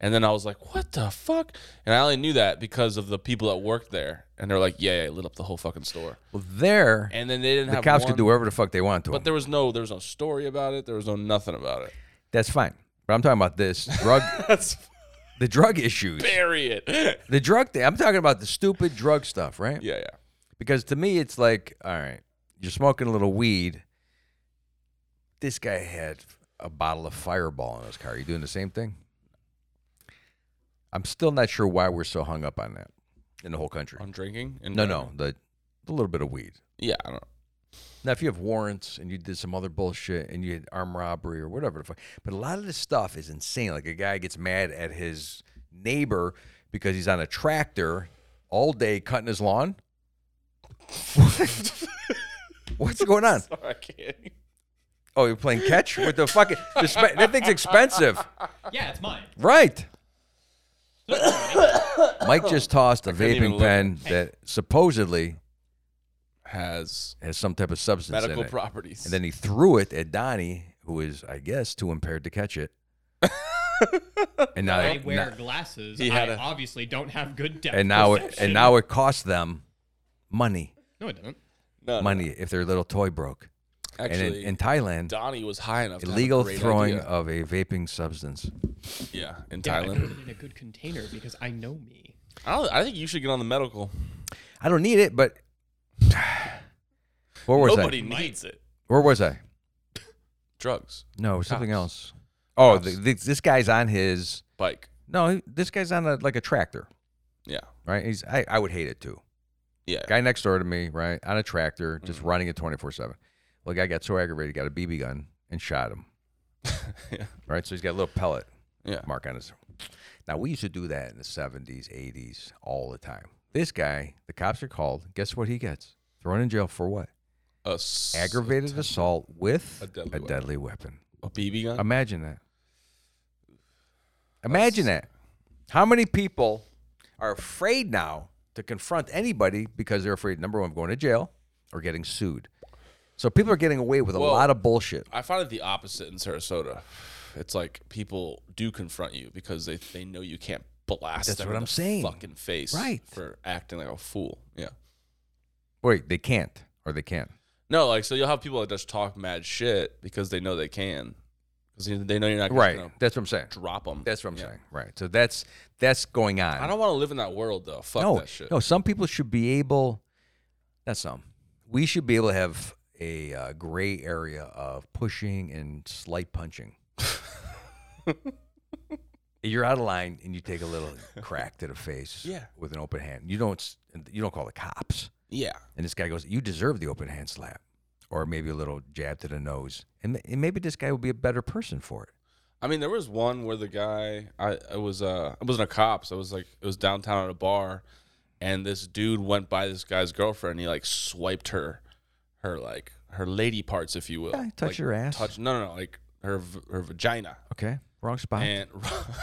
Speaker 2: And then I was like, what the fuck? And I only knew that because of the people that worked there. And they're like, yeah, yeah, it lit up the whole fucking store.
Speaker 3: Well, there
Speaker 2: And then they didn't
Speaker 3: the
Speaker 2: have
Speaker 3: cops
Speaker 2: one,
Speaker 3: could do whatever the fuck they want to
Speaker 2: But
Speaker 3: them.
Speaker 2: there was no there was no story about it. There was no nothing about it.
Speaker 3: That's fine. But I'm talking about this drug
Speaker 2: Let's
Speaker 3: the drug issues.
Speaker 2: bury it. Yeah,
Speaker 3: The drug thing. I'm talking about the stupid drug stuff, right?
Speaker 2: yeah.
Speaker 3: Because to me, it's like, all right, you're smoking a little weed. This guy had a bottle of Fireball in his car. You doing the same thing? I'm still not sure why we're so hung up on that in the whole country.
Speaker 2: On drinking and
Speaker 3: No, no, the, the little bit of weed.
Speaker 2: Yeah, I don't.
Speaker 3: Now, if you have warrants and you did some other bullshit and you had armed robbery or whatever the fuck, but a lot of this stuff is insane. Like a guy gets mad at his neighbor because he's on a tractor all day cutting his lawn. What's going on?
Speaker 2: Sorry, I can't.
Speaker 3: Oh, you're playing catch with the fucking the spe- that thing's expensive,
Speaker 1: Yeah, it's mine.
Speaker 3: right? Mike just tossed a
Speaker 2: couldn't even
Speaker 3: vaping
Speaker 2: look.
Speaker 3: pen that supposedly
Speaker 2: Has
Speaker 3: has some type of substance
Speaker 2: medical
Speaker 3: in it.
Speaker 2: properties.
Speaker 3: And then he threw it at Donnie, who is, I guess, too impaired to catch it. and now,
Speaker 1: I wear
Speaker 3: now-
Speaker 1: glasses.
Speaker 2: He
Speaker 1: I
Speaker 2: had a-
Speaker 1: obviously don't have good depth.
Speaker 3: and now it
Speaker 1: perception.
Speaker 3: and now it costs them money,
Speaker 1: No, it doesn't.
Speaker 2: no, no,
Speaker 3: money if their little toy broke. and
Speaker 2: Actually,
Speaker 3: in, in Thailand,
Speaker 2: Donnie was high enough. to have a
Speaker 3: illegal
Speaker 2: great
Speaker 3: throwing
Speaker 2: idea.
Speaker 3: of a vaping substance.
Speaker 2: Yeah, in
Speaker 1: Yeah, I put
Speaker 2: Thailand.
Speaker 1: it in a good container because I know me.
Speaker 2: I, don't, I think you should get on the medical.
Speaker 3: I don't need it, but where was
Speaker 2: Nobody
Speaker 3: I?
Speaker 2: needs it.
Speaker 3: Where was I?
Speaker 2: Drugs,
Speaker 3: No, it was something
Speaker 2: Cops.
Speaker 3: else. Oh,
Speaker 2: Cops.
Speaker 3: the, this this guy's on his.
Speaker 2: bike.
Speaker 3: No, he- this guy's on a, like a tractor,
Speaker 2: Yeah,
Speaker 3: right? He's. I, I would hate it too.
Speaker 2: yeah.
Speaker 3: guy next door to me, right, on a tractor, just
Speaker 2: Mm-hmm.
Speaker 3: running it 24 7. Well, the guy got so aggravated, he got a BB gun and shot him,
Speaker 2: yeah.
Speaker 3: right? So he's got a little pellet.
Speaker 2: Yeah.
Speaker 3: mark on his. Now we used to do that in the seventies, eighties, all the time. This guy, the cops are called. Guess what he gets? Thrown in jail for what?
Speaker 2: A s-
Speaker 3: Aggravated assault with
Speaker 2: A
Speaker 3: a
Speaker 2: deadly
Speaker 3: deadly,
Speaker 2: weapon.
Speaker 3: weapon.
Speaker 2: a BB gun.
Speaker 3: Imagine that. Imagine that. How many people are afraid now to confront anybody because they're afraid number one of going to jail or getting sued. So people are getting away with a
Speaker 2: Well,
Speaker 3: lot of bullshit.
Speaker 2: I find it the opposite in Sarasota. It's like people do confront you because they, they know you can't blast
Speaker 3: That's
Speaker 2: them
Speaker 3: what
Speaker 2: in
Speaker 3: I'm
Speaker 2: the
Speaker 3: saying.
Speaker 2: fucking face
Speaker 3: Right.
Speaker 2: for acting like a fool. Yeah.
Speaker 3: Wait, they can't or they can.
Speaker 2: No, like so you'll have people that just talk mad shit because they know they can. Because they know you're not
Speaker 3: Right.
Speaker 2: gonna
Speaker 3: That's what I'm saying.
Speaker 2: drop them.
Speaker 3: That's what I'm saying. Right. So that's that's going on.
Speaker 2: I don't want to live in that world though. Fuck
Speaker 3: no,
Speaker 2: that shit.
Speaker 3: no. Some people should be able. Not some. We should be able to have a uh, gray area of pushing and slight punching. You're out of line, and you take a little crack to the face.
Speaker 2: Yeah.
Speaker 3: With an open hand, you don't. s- You don't call the cops.
Speaker 2: Yeah.
Speaker 3: And this guy goes, "You deserve the open hand slap, or maybe a little jab to the nose." And, ma- and maybe this guy would be a better person for it.
Speaker 2: I mean, there was one where the guy I, I was uh I wasn't a cop, so I was like it was downtown at a bar, and this dude went by this guy's girlfriend. And he like swiped her, her like her lady parts, if you will.
Speaker 3: Yeah, touch
Speaker 2: Oh, Like,
Speaker 3: your ass.
Speaker 2: Touch no no no like her v- her vagina
Speaker 3: Okay, wrong spot.
Speaker 2: and.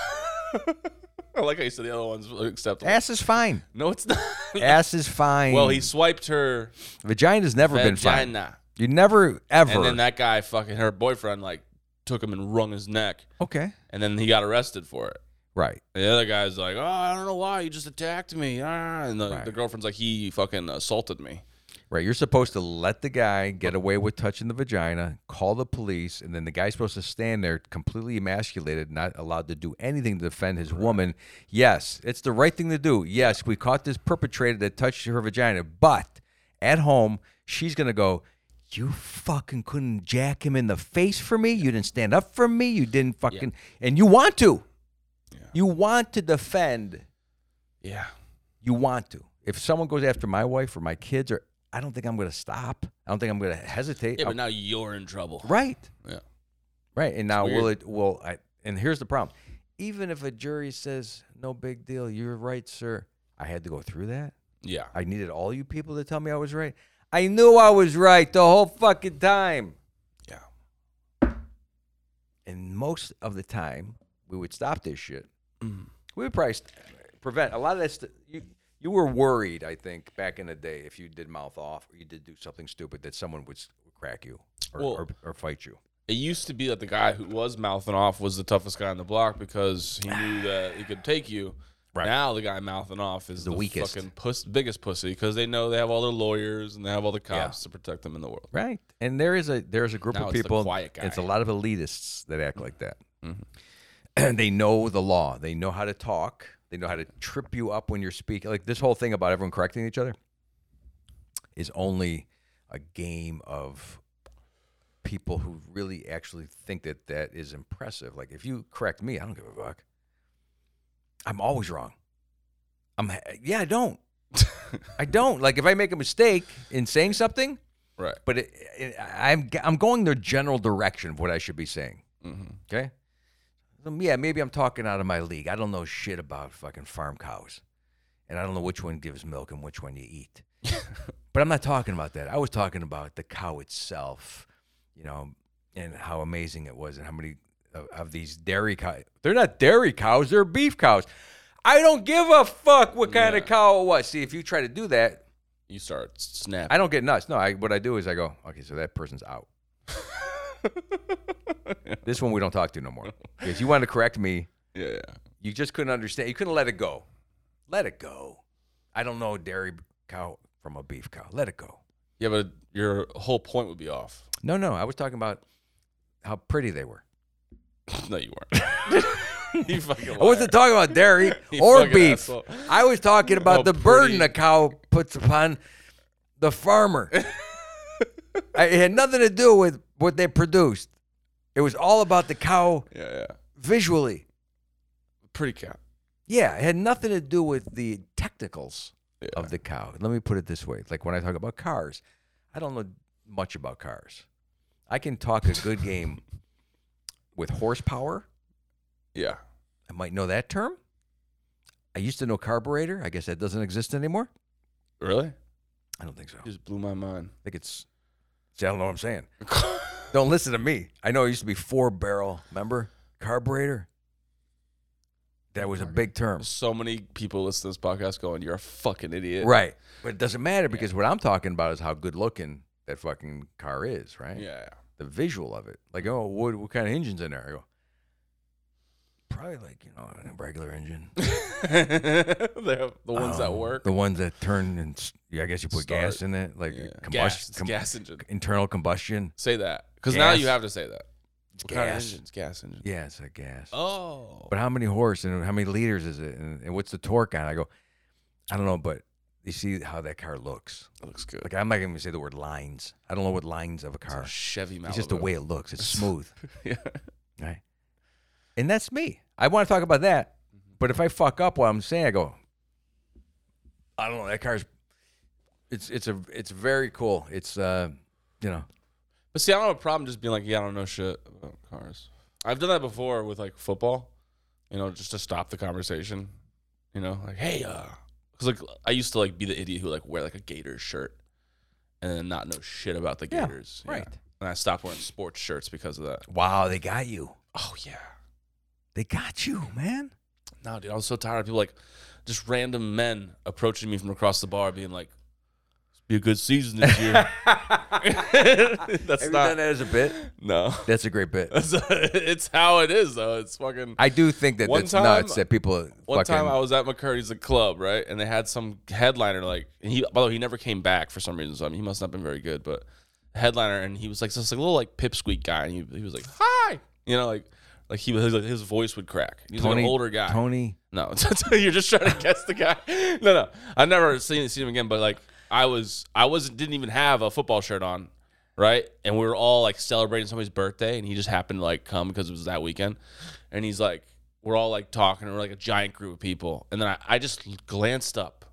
Speaker 2: I like how you said the other ones acceptable.
Speaker 3: Ass is fine.
Speaker 2: No, it's not.
Speaker 3: Ass is fine.
Speaker 2: well, he swiped her
Speaker 3: vagina's never been fine.
Speaker 2: vagina,
Speaker 3: You never ever.
Speaker 2: and then that guy fucking her boyfriend like took him and wrung his neck,
Speaker 3: okay.
Speaker 2: and then he got arrested for it.
Speaker 3: Right.
Speaker 2: And the other guy's like, oh, I don't know why you just attacked me. Ah. And the,
Speaker 3: Right.
Speaker 2: the girlfriend's like, he fucking assaulted me.
Speaker 3: Right. You're supposed to let the guy get away with touching the vagina, call the police, and then the guy's supposed to stand there completely emasculated, not allowed to do anything to defend his woman. Yes, it's the right thing to do. Yes, we caught this perpetrator that touched her vagina, but at home, she's going to go, you fucking couldn't jack him in the face for me. You didn't stand up for me. You didn't fucking, and you want to. You want to defend
Speaker 2: Yeah.
Speaker 3: You want to. If someone goes after my wife or my kids, or I don't think I'm going to stop. I don't think I'm going to hesitate.
Speaker 2: Yeah,
Speaker 3: I'll-
Speaker 2: but now you're in trouble.
Speaker 3: right,
Speaker 2: Yeah.
Speaker 3: right. And now will
Speaker 2: weird.
Speaker 3: it? Will I? And here's the problem. Even if a jury says no big deal, you're right, sir. I had to go through that.
Speaker 2: Yeah.
Speaker 3: I needed all you people to tell me I was right. I knew I was right the whole fucking time.
Speaker 2: Yeah.
Speaker 3: And most of the time, we would stop this shit.
Speaker 2: Mm.
Speaker 3: We would probably st- prevent a lot of that. St- you you were worried, I think, back in the day, if you did mouth off or you did do something stupid, that someone would s- crack you or,
Speaker 2: Well-
Speaker 3: or, or fight you.
Speaker 2: It used to be that the guy who was mouthing off was the toughest guy on the block because he knew that he could take you.
Speaker 3: Right.
Speaker 2: Now the guy mouthing off is the,
Speaker 3: The weakest.
Speaker 2: fucking puss, biggest pussy because they know they have all their lawyers and they have all the cops to protect them in the world.
Speaker 3: Right. And there is a there is a group
Speaker 2: Now
Speaker 3: of
Speaker 2: it's the
Speaker 3: people.
Speaker 2: quiet
Speaker 3: and It's
Speaker 2: guy.
Speaker 3: a lot of elitists that act like that.
Speaker 2: Mm-hmm.
Speaker 3: And they know the law. They know how to talk. They know how to trip you up when you're speaking. Like this whole thing about everyone correcting each other is only a game of people who really actually think that that is impressive. Like if you correct me, I don't give a fuck. I'm always wrong. I'm ha- yeah, I don't. I don't. Like if I make a mistake in saying something,
Speaker 2: Right.
Speaker 3: but it, it, I'm I'm going the general direction of what I should be saying. Okay. Um, yeah, maybe I'm talking out of my league. I don't know shit about fucking farm cows, and I don't know which one gives milk and which one you eat. but I'm not talking about that. I was talking about the cow itself, you know, and how amazing it was, and how many of, of these dairy cows. They're not dairy cows. They're beef cows. I don't give a fuck what kind
Speaker 2: Yeah.
Speaker 3: of cow it was. See, if you try to do that,
Speaker 2: You start snapping.
Speaker 3: I don't get nuts. No, I, what I do is I go, okay, so that person's out. this one we don't talk to no more. Because you wanted to correct me,
Speaker 2: yeah. Yeah.
Speaker 3: you just couldn't understand. You couldn't let it go. Let it go. I don't know a dairy cow from a beef cow. Let it go.
Speaker 2: Yeah, but your whole point would be off.
Speaker 3: No, no, I was talking about how pretty they were.
Speaker 2: No, you weren't. you fucking
Speaker 3: I wasn't talking about dairy
Speaker 2: You
Speaker 3: or
Speaker 2: fucking
Speaker 3: beef.
Speaker 2: asshole.
Speaker 3: I was talking about
Speaker 2: How
Speaker 3: the burden
Speaker 2: pretty.
Speaker 3: a cow puts upon the farmer. I- it had nothing to do with what they produced. It was all about the cow
Speaker 2: yeah, yeah.
Speaker 3: visually.
Speaker 2: Pretty cat.
Speaker 3: Yeah, it had nothing to do with the technicals
Speaker 2: Yeah.
Speaker 3: of the cow. Let me put it this way: like when I talk about cars, I don't know much about cars. I can talk a good game with horsepower
Speaker 2: Yeah.
Speaker 3: I might know that term. I used to know carburetor. I guess that doesn't exist anymore.
Speaker 2: Really?
Speaker 3: I don't think so. I
Speaker 2: Just blew my mind.
Speaker 3: think it's. See, I don't know what I'm saying. Don't listen to me. I know it used to be four barrel. Remember carburetor? That was a big term,
Speaker 2: so many people listen to this podcast going, "You're a fucking idiot."
Speaker 3: right? But it doesn't matter because what I'm talking about is how good looking that fucking car is, right?
Speaker 2: Yeah.
Speaker 3: the visual of it. Like, oh, what what kind of engine's in there? I go, probably like you know a regular engine.
Speaker 2: the the ones that
Speaker 3: Um,
Speaker 2: work.
Speaker 3: The ones that turn and s- yeah, I guess you put gas
Speaker 2: Start.
Speaker 3: in it, like
Speaker 2: Yeah. gas,
Speaker 3: combustion,
Speaker 2: it's gas engine.
Speaker 3: internal combustion.
Speaker 2: Say that, because now
Speaker 3: Gas.
Speaker 2: you have to say that. What kind of
Speaker 3: gas.
Speaker 2: engines? Gas engine.
Speaker 3: Yeah, it's a gas.
Speaker 2: Oh.
Speaker 3: But how many horse and how many liters is it, and, and what's the torque on? it? I go, I don't know, but you see how that car looks.
Speaker 2: That looks good.
Speaker 3: Like I'm not gonna even say the word lines. I don't know what lines of a
Speaker 2: It's a
Speaker 3: car.
Speaker 2: Chevy Malibu.
Speaker 3: It's just the way it looks. It's smooth.
Speaker 2: yeah.
Speaker 3: Right. And that's me. I want to talk about that.
Speaker 2: Mm-hmm.
Speaker 3: But if I fuck up what I'm saying, I go, I don't know, that car's it's it's a it's very cool. It's uh you know
Speaker 2: But see, I don't have a problem just being like, "Yeah, I don't know shit about cars." I've done that before with like football, you know, just to stop the conversation. You know, like, "Hey, uh," because like I used to like be the idiot who like wear like a Gators shirt and then not know shit about the
Speaker 3: Yeah,
Speaker 2: Gators.
Speaker 3: right.
Speaker 2: And I stopped wearing sports shirts because of that.
Speaker 3: Wow, they got you.
Speaker 2: Oh yeah.
Speaker 3: They got you, man.
Speaker 2: No, dude, I was so tired of people like just random men approaching me from across the bar, being like, "It's be a good season this year." That's
Speaker 3: Have you
Speaker 2: not
Speaker 3: done that as a bit?
Speaker 2: no.
Speaker 3: That's a great bit.
Speaker 2: That's it's how it is though. It's fucking.
Speaker 3: I do think that
Speaker 2: One
Speaker 3: that's
Speaker 2: time-
Speaker 3: nuts that people
Speaker 2: One
Speaker 3: fucking
Speaker 2: time I was at McCurdy's the club, right? And they had some headliner like and he although he never came back for some reason, so I mean he must not have been very good, but headliner and he was like just like a little like pipsqueak guy and he, he was like, Hi you know, like like he was his, like, his voice would crack. He's like an older guy.
Speaker 3: Tony
Speaker 2: No, you're just trying to guess the guy. No, no, I never seen seen him again. But like, I was, I was didn't even have a football shirt on, right? And we were all like celebrating somebody's birthday, and he just happened to like come because it was that weekend. And he's like, we're all like talking, and we're like a giant group of people. And then I, I just glanced up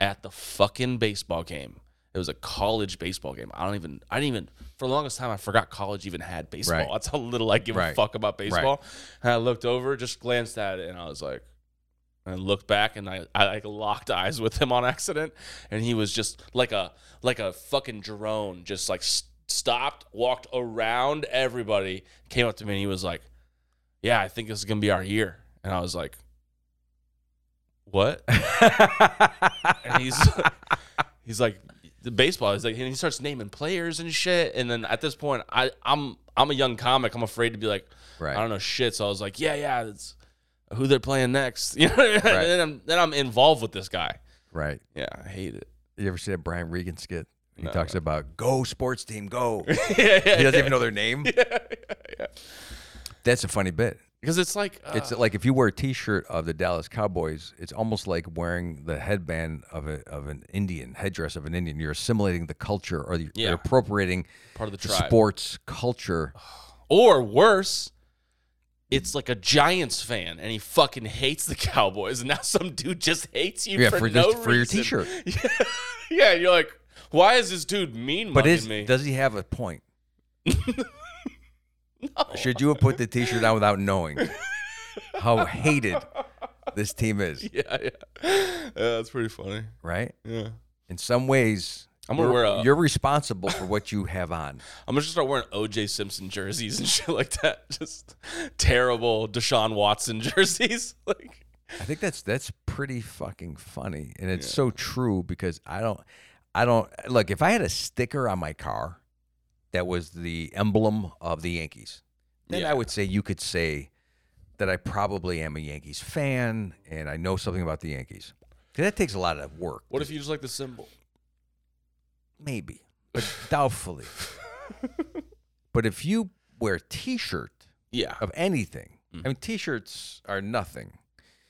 Speaker 2: at the fucking baseball game. It was a college baseball game. I don't even, I didn't even, for the longest time, I forgot college even had baseball.
Speaker 3: Right.
Speaker 2: That's how little I give a
Speaker 3: Right.
Speaker 2: fuck about baseball. And I looked over, just glanced at it, and I was like, and looked back and I, I like locked eyes with him on accident and he was just like a like a fucking drone just like st- stopped walked around everybody came up to me and he was like yeah i think this is gonna be our year and i was like what and he's he's like the baseball is like and he starts naming players and shit and then at this point i i'm i'm a young comic i'm afraid to be like
Speaker 3: Right.
Speaker 2: i don't know shit so i was like yeah yeah it's who they're playing next you know what I mean? and then I'm, then I'm involved with this guy
Speaker 3: Right.
Speaker 2: yeah i hate it
Speaker 3: You ever see that Brian Regan skit? He
Speaker 2: No.
Speaker 3: talks about go sports team, go.
Speaker 2: yeah, yeah,
Speaker 3: he doesn't even know their name. That's a funny bit.
Speaker 2: because it's like uh,
Speaker 3: It's like if you wear a T-shirt of the Dallas Cowboys, it's almost like wearing the headband of a of an Indian headdress of an Indian. You're assimilating the culture, or you're
Speaker 2: Yeah.
Speaker 3: appropriating
Speaker 2: part of the
Speaker 3: the
Speaker 2: tribe
Speaker 3: sports culture.
Speaker 2: Or worse, it's like a Giants fan and he fucking hates the Cowboys, and now some dude just hates you
Speaker 3: Yeah,
Speaker 2: for,
Speaker 3: for
Speaker 2: no
Speaker 3: just- for your
Speaker 2: reason.
Speaker 3: t-shirt.
Speaker 2: Yeah, yeah, you're like, why is this dude mean
Speaker 3: But
Speaker 2: mugging
Speaker 3: is
Speaker 2: me?
Speaker 3: does he have a point? Should you have put the T-shirt on without knowing how hated this team is?
Speaker 2: yeah, yeah, yeah, that's pretty funny.
Speaker 3: Right?
Speaker 2: Yeah,
Speaker 3: In some ways,
Speaker 2: I'm gonna
Speaker 3: you're-
Speaker 2: wear a-
Speaker 3: you're responsible for what you have on.
Speaker 2: I'm gonna just start wearing OJ Simpson jerseys and shit like that. Just terrible Deshaun Watson jerseys. like,
Speaker 3: I think that's that's pretty fucking funny, and it's so true because I don't, I don't look. If I had a sticker on my car that was the emblem of the Yankees, then
Speaker 2: Yeah.
Speaker 3: I would say you could say that I probably am a Yankees fan and I know something about the Yankees. 'Cause that takes a lot of work.
Speaker 2: what if you just like the symbol?
Speaker 3: Maybe, but doubtfully. but if you wear a T-shirt
Speaker 2: Yeah,
Speaker 3: of anything, I mean, T-shirts are nothing.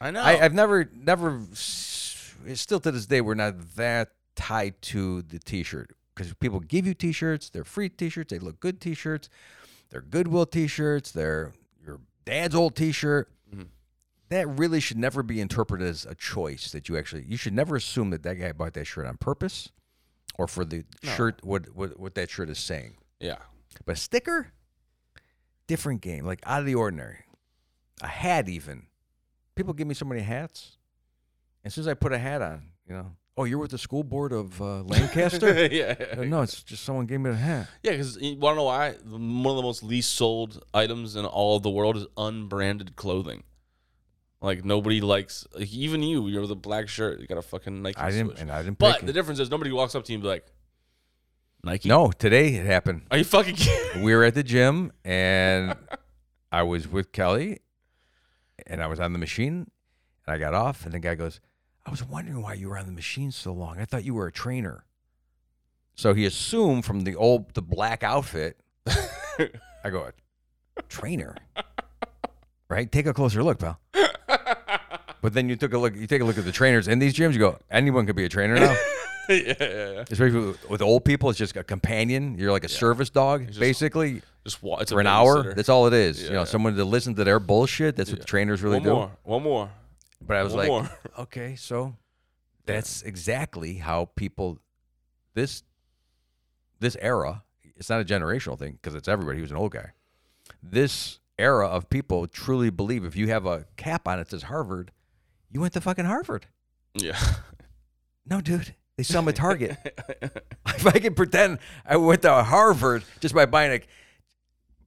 Speaker 2: I know.
Speaker 3: I, I've never, never, s- still to this day, we're not that tied to the T-shirt because people give you T-shirts. They're free T-shirts. They look good T-shirts. They're Goodwill T-shirts. They're your dad's old T-shirt. That really should never be interpreted as a choice that you actually. You should never assume that that guy bought that shirt on purpose, or for the shirt what, what what that shirt is saying.
Speaker 2: yeah,
Speaker 3: But a sticker, different game, like out of the ordinary. A hat, even people give me so many hats. As soon as I put a hat on, you know, oh, you're with the school board of uh, Lancaster?
Speaker 2: yeah.
Speaker 3: no, it's just someone gave me a hat.
Speaker 2: Yeah, because you want to know why? One of the most least sold items in all of the world is unbranded clothing. Like nobody likes, like, even you. You're with a black shirt. You got a fucking Nike.
Speaker 3: I didn't,
Speaker 2: swoosh.
Speaker 3: and I didn't pick
Speaker 2: But
Speaker 3: it.
Speaker 2: the difference is nobody walks up to you and be like, Nike.
Speaker 3: No, today it happened.
Speaker 2: Are you fucking kidding?
Speaker 3: we were at the gym and I was with Kelly and I was on the machine and I got off and the guy goes, I was wondering why you were on the machine so long. I thought you were a trainer. So he assumed from the old the black outfit. I go, trainer. Right? Take a closer look, pal. But then you took a look you take a look at the trainers in these gyms, you go, anyone could be a trainer now.
Speaker 2: yeah, yeah, yeah.
Speaker 3: Especially with, with old people, it's just a companion. You're like a service dog,
Speaker 2: just-
Speaker 3: basically
Speaker 2: Just wa- it's a
Speaker 3: for an hour.
Speaker 2: babysitter.
Speaker 3: That's all it is. you know,
Speaker 2: Yeah.
Speaker 3: someone to listen to their bullshit. That's what the trainers really
Speaker 2: one
Speaker 3: do.
Speaker 2: more. One more.
Speaker 3: But I was
Speaker 2: one
Speaker 3: like,
Speaker 2: more.
Speaker 3: okay, so that's exactly how people this this era. It's not a generational thing because it's everybody. He was an old guy. This era of people truly believe if you have a cap on it that says Harvard, you went to fucking Harvard.
Speaker 2: Yeah.
Speaker 3: No, dude. They sell them at Target. if I could pretend I went to Harvard just by buying a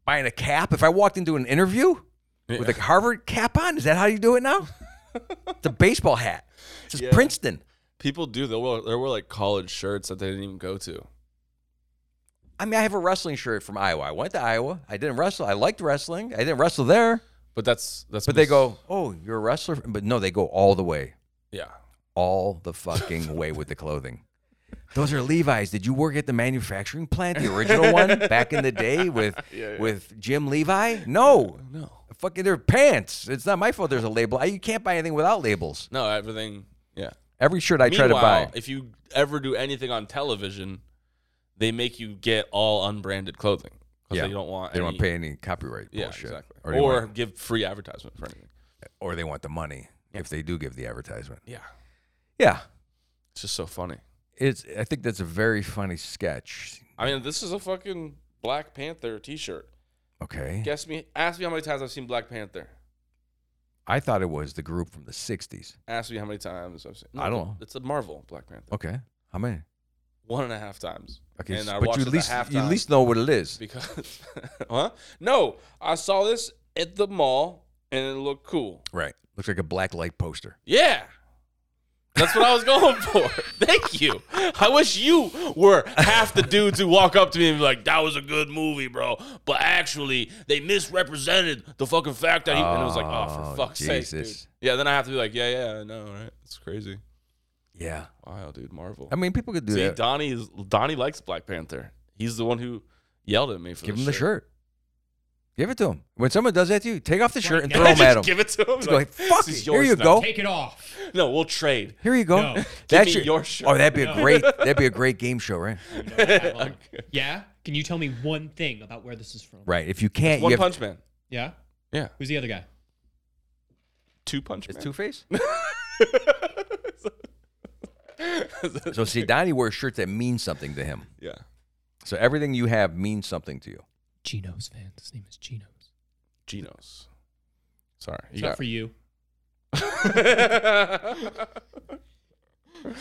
Speaker 3: buying a cap, if I walked into an interview with a Harvard cap on, is that how you do it now? it's a baseball hat. It's just
Speaker 2: Yeah.
Speaker 3: Princeton.
Speaker 2: People do. They were, they were like college shirts that they didn't even go to.
Speaker 3: I mean, I have a wrestling shirt from Iowa. I went to Iowa. I didn't wrestle. I liked wrestling. I didn't wrestle there.
Speaker 2: But that's that's.
Speaker 3: But they
Speaker 2: mis-
Speaker 3: go, "Oh, you're a wrestler," but no, they go all the way,
Speaker 2: Yeah.
Speaker 3: all the fucking way with the clothing. Those are Levi's. Did you work at the manufacturing plant, the original one back in the day with with Jim Levi? No,
Speaker 2: No.
Speaker 3: fucking their pants. It's not my fault. There's a label. I, you can't buy anything without labels.
Speaker 2: No. Everything. Yeah.
Speaker 3: Every shirt I try to buy,
Speaker 2: Meanwhile, If you ever do anything on television, they make you get all unbranded clothing. 'cause
Speaker 3: Yeah.
Speaker 2: They don't want.
Speaker 3: they don't want
Speaker 2: any,
Speaker 3: to pay any copyright
Speaker 2: Yeah,
Speaker 3: bullshit,
Speaker 2: exactly.
Speaker 3: or
Speaker 2: Or,
Speaker 3: they, want,
Speaker 2: give free advertisement for anything.
Speaker 3: or they want the money if they do give the advertisement.
Speaker 2: Yeah.
Speaker 3: Yeah,
Speaker 2: It's just so funny.
Speaker 3: it's. I think that's a very funny sketch.
Speaker 2: I mean, this is a fucking Black Panther T-shirt.
Speaker 3: Okay,
Speaker 2: Guess me. Ask me how many times I've seen Black Panther.
Speaker 3: I thought it was the group from the '60s.
Speaker 2: Ask me how many times I've seen.
Speaker 3: I don't know.
Speaker 2: It's a Marvel Black Panther.
Speaker 3: Okay, how many?
Speaker 2: One and a half times.
Speaker 3: Okay, s-
Speaker 2: and I
Speaker 3: but
Speaker 2: watched
Speaker 3: you at
Speaker 2: it at
Speaker 3: least you
Speaker 2: halftime.
Speaker 3: at least know what it is.
Speaker 2: because huh? No, I saw this at the mall and it looked cool.
Speaker 3: Right, looks like a black light poster.
Speaker 2: Yeah. That's what I was going for. Thank you. I wish you were half the dudes who walk up to me and be like, that was a good movie, bro. But actually, they misrepresented the fucking fact that he. and it was like, oh,
Speaker 3: Oh,
Speaker 2: for fuck's sake. dude."
Speaker 3: Jesus.
Speaker 2: Yeah, then I have to be like, yeah, yeah, I know, right? It's crazy.
Speaker 3: Yeah,
Speaker 2: Wow, dude, Marvel.
Speaker 3: I mean people could do
Speaker 2: See,
Speaker 3: that.
Speaker 2: Donnie, is, Donnie likes Black Panther. He's the one who yelled at me for
Speaker 3: Give
Speaker 2: the
Speaker 3: him the
Speaker 2: shirt.
Speaker 3: shirt. Give it to him. When someone does that to you, take off the shirt and throw
Speaker 2: I
Speaker 3: him
Speaker 2: just
Speaker 3: at him.
Speaker 2: Give it to him.
Speaker 3: Just go,
Speaker 2: like,
Speaker 3: fuck
Speaker 2: "This
Speaker 3: it.
Speaker 2: is
Speaker 3: Here
Speaker 2: yours
Speaker 3: you
Speaker 2: now."
Speaker 3: go.
Speaker 4: Take it off.
Speaker 2: No, we'll trade.
Speaker 3: Here you go.
Speaker 4: No. Give
Speaker 3: That's
Speaker 2: me your shirt.
Speaker 3: Oh, that'd be a
Speaker 4: No.
Speaker 3: great. That'd be a great game show, right?
Speaker 4: Yeah? Can you tell me one thing about where this is from?
Speaker 3: Right. If you can't,
Speaker 2: One
Speaker 3: you have,
Speaker 2: Punch Man.
Speaker 4: Yeah?
Speaker 2: Yeah.
Speaker 4: Who's the other guy?
Speaker 2: Two Punch
Speaker 3: it's
Speaker 2: Man.
Speaker 3: Two Face. so see, Donnie wears shirts that mean something to him.
Speaker 2: yeah.
Speaker 3: So everything you have means something to you.
Speaker 4: Geno's fans. His name is Geno's.
Speaker 2: Genos. Sorry. You
Speaker 4: It's not
Speaker 2: got
Speaker 4: for you.
Speaker 2: yeah.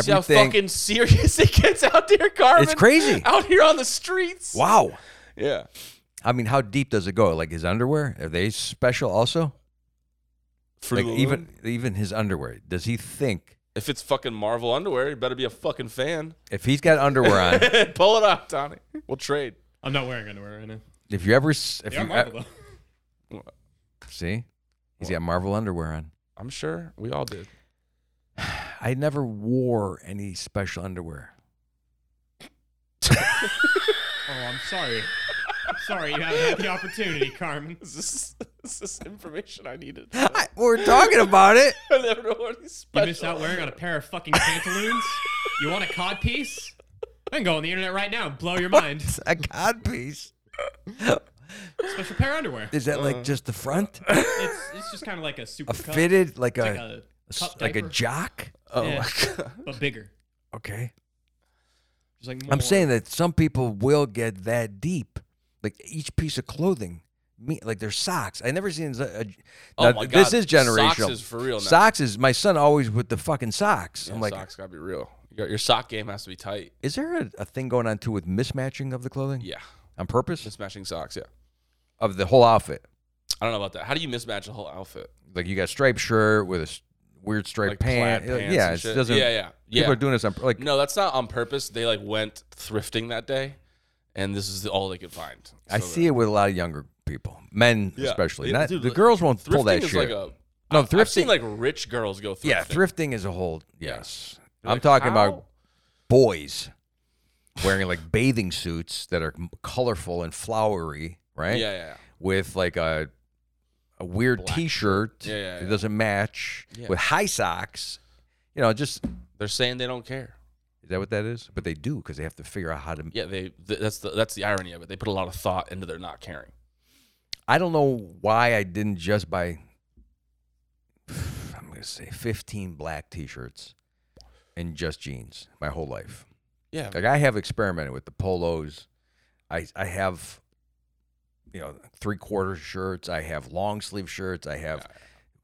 Speaker 2: See how
Speaker 3: Everything-
Speaker 2: fucking serious it gets out there, Carmen.
Speaker 3: It's crazy.
Speaker 2: Out here on the streets.
Speaker 3: Wow.
Speaker 2: Yeah.
Speaker 3: I mean, how deep does it go? Like his underwear? Are they special also?
Speaker 2: Fruit
Speaker 3: like
Speaker 2: of the
Speaker 3: even
Speaker 2: Loom.
Speaker 3: even his underwear. Does he think
Speaker 2: if it's fucking Marvel underwear, you better be a fucking fan.
Speaker 3: if he's got underwear on?
Speaker 2: Pull it off, Donnie. We'll trade.
Speaker 4: I'm not wearing underwear right now.
Speaker 3: if you ever s- if
Speaker 4: They are
Speaker 3: you e,
Speaker 4: Marvel, though.
Speaker 3: see, he's got Marvel underwear on.
Speaker 2: I'm sure we all did.
Speaker 3: I never wore any special underwear.
Speaker 4: Oh, I'm sorry. I'm sorry you haven't had the opportunity, Carmen.
Speaker 2: Is this, is this information I needed?
Speaker 3: we're talking about it.
Speaker 2: I never know what these
Speaker 4: You
Speaker 2: special.
Speaker 4: missed out wearing on a pair of fucking pantaloons? You want a cod piece? I can go on the internet right now and blow your mind.
Speaker 3: A codpiece.
Speaker 4: Special pair of underwear.
Speaker 3: Is that like just the front?
Speaker 4: It's, it's just kind of like a super
Speaker 3: A
Speaker 4: cup.
Speaker 3: fitted like
Speaker 4: It's like
Speaker 3: a
Speaker 4: a
Speaker 3: s-
Speaker 4: cup
Speaker 3: like a
Speaker 4: diaper.
Speaker 3: jock?
Speaker 2: Oh
Speaker 4: Yeah.
Speaker 2: my god.
Speaker 4: but bigger.
Speaker 3: Okay.
Speaker 4: Just like
Speaker 3: I'm
Speaker 4: more.
Speaker 3: saying that some people will get that deep. Like each piece of clothing me like their socks. I never seen. A, a,
Speaker 2: Oh
Speaker 3: now,
Speaker 2: my God.
Speaker 3: This is generational.
Speaker 2: Socks is for real now.
Speaker 3: Socks is my son always with the fucking socks. I'm like,
Speaker 2: socks gotta be real. Your, your sock game has to be tight.
Speaker 3: is there a, a thing going on too with mismatching of the clothing?
Speaker 2: Yeah,
Speaker 3: On purpose
Speaker 2: mismatching socks. Yeah,
Speaker 3: of the whole outfit.
Speaker 2: I don't know about that. How do you mismatch a whole outfit?
Speaker 3: Like you got striped shirt with a s- weird striped
Speaker 2: Like
Speaker 3: pant.
Speaker 2: plaid pants
Speaker 3: yeah,
Speaker 2: and
Speaker 3: it
Speaker 2: shit.
Speaker 3: doesn't.
Speaker 2: Yeah, yeah, yeah.
Speaker 3: People are doing this on pur- like
Speaker 2: No, that's not on purpose. They like went thrifting that day, and this is all they could find.
Speaker 3: I see it with a lot of younger people, men
Speaker 2: Yeah.
Speaker 3: especially.
Speaker 2: Yeah,
Speaker 3: Not,
Speaker 2: dude,
Speaker 3: the
Speaker 2: like,
Speaker 3: girls won't
Speaker 2: Thrifting
Speaker 3: pull that
Speaker 2: is
Speaker 3: shit.
Speaker 2: like a
Speaker 3: no,
Speaker 2: I've seen
Speaker 3: thrifting.
Speaker 2: like rich girls go thrifting.
Speaker 3: yeah, thrifting is a whole. Yes,
Speaker 2: You're
Speaker 3: I'm
Speaker 2: like,
Speaker 3: talking
Speaker 2: "How?"
Speaker 3: about boys wearing like bathing suits that are m- colorful and flowery,
Speaker 2: Yeah,
Speaker 3: right?
Speaker 2: yeah, yeah.
Speaker 3: With like a a weird T-shirt.
Speaker 2: Yeah, yeah,
Speaker 3: It
Speaker 2: yeah.
Speaker 3: doesn't match
Speaker 2: Yeah.
Speaker 3: with high socks. You know, just is
Speaker 2: They're saying they don't care.
Speaker 3: that what that is? But they do because they have to figure out how to
Speaker 2: Yeah, they. Th- that's the that's the irony of it. They put a lot of thought into their not caring.
Speaker 3: I don't know why I didn't just buy. I'm gonna say 15 black T-shirts and just jeans my whole life.
Speaker 2: Yeah,
Speaker 3: Like I have experimented with the polos. I I have, you know, three quarter shirts. I have long sleeve shirts. I have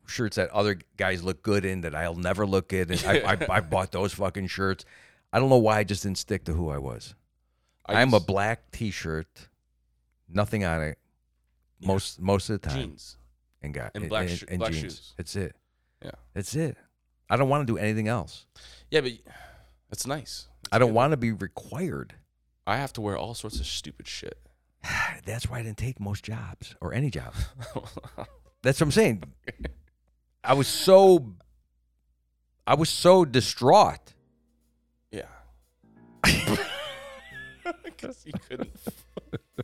Speaker 3: shirts that other guys look good in that I'll never look good in. I, I I bought those fucking shirts. I don't know why I just didn't stick to who I was. I am a
Speaker 2: just-
Speaker 3: black T-shirt, nothing on it. Most most of the time,
Speaker 2: jeans.
Speaker 3: and got
Speaker 2: And black sho- black
Speaker 3: jeans.
Speaker 2: shoes.
Speaker 3: That's it.
Speaker 2: Yeah,
Speaker 3: That's it. I don't want to do anything else.
Speaker 2: yeah, but that's nice.
Speaker 3: I don't want to be required.
Speaker 2: I have to wear all sorts of stupid shit.
Speaker 3: That's why I didn't take most jobs or any jobs. That's what I'm saying. I was so I was so distraught.
Speaker 2: yeah, because you couldn't.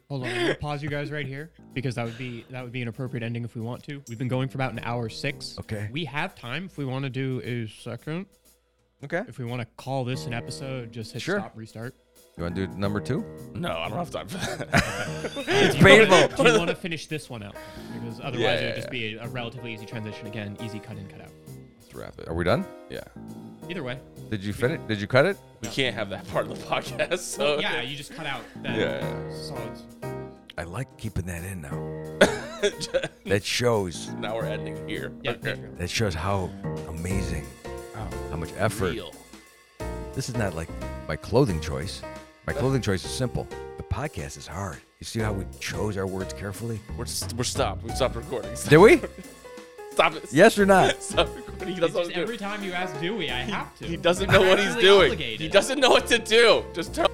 Speaker 4: Hold on, I'm gonna pause you guys right here because that would be that would be an appropriate ending if we want to. We've been going for about an hour six.
Speaker 3: Okay.
Speaker 4: We have time if we want to do a second.
Speaker 3: Okay.
Speaker 4: If we want to call this an episode, just hit
Speaker 3: Sure.
Speaker 4: stop, restart.
Speaker 3: You want to do number two?
Speaker 2: No, I don't have time for that.
Speaker 3: It's painful.
Speaker 4: Do you want to finish this one out? Because otherwise
Speaker 2: Yeah,
Speaker 4: it
Speaker 2: yeah,
Speaker 4: would just be a, a relatively easy transition again, easy cut in, cut out.
Speaker 2: Let's wrap it.
Speaker 3: Are we done?
Speaker 2: Yeah,
Speaker 4: Either way.
Speaker 3: Did you finish? Did you cut it?
Speaker 2: we can't have that part of the podcast. So
Speaker 4: Yeah, you just cut out that
Speaker 2: Yeah.
Speaker 4: solids.
Speaker 3: I like keeping that in now. that shows
Speaker 2: Now we're ending here.
Speaker 4: Yeah,
Speaker 2: Okay.
Speaker 3: that shows how amazing,
Speaker 4: Oh,
Speaker 3: how much effort.
Speaker 2: Real.
Speaker 3: This is not like my clothing choice. My clothing choice is simple. The podcast is hard. You see how we chose our words carefully?
Speaker 2: We're we're stopped. We stopped recording.
Speaker 3: Did we?
Speaker 2: Stop it.
Speaker 3: yes or not?
Speaker 2: Stop recording. He doesn't,
Speaker 4: It's
Speaker 2: know
Speaker 4: just
Speaker 2: what to
Speaker 4: every
Speaker 2: do.
Speaker 4: time you ask Dewey, I have to.
Speaker 2: he doesn't know what he's
Speaker 4: Contractually
Speaker 2: doing. He
Speaker 4: obligated.
Speaker 2: doesn't know what to do. Just turn.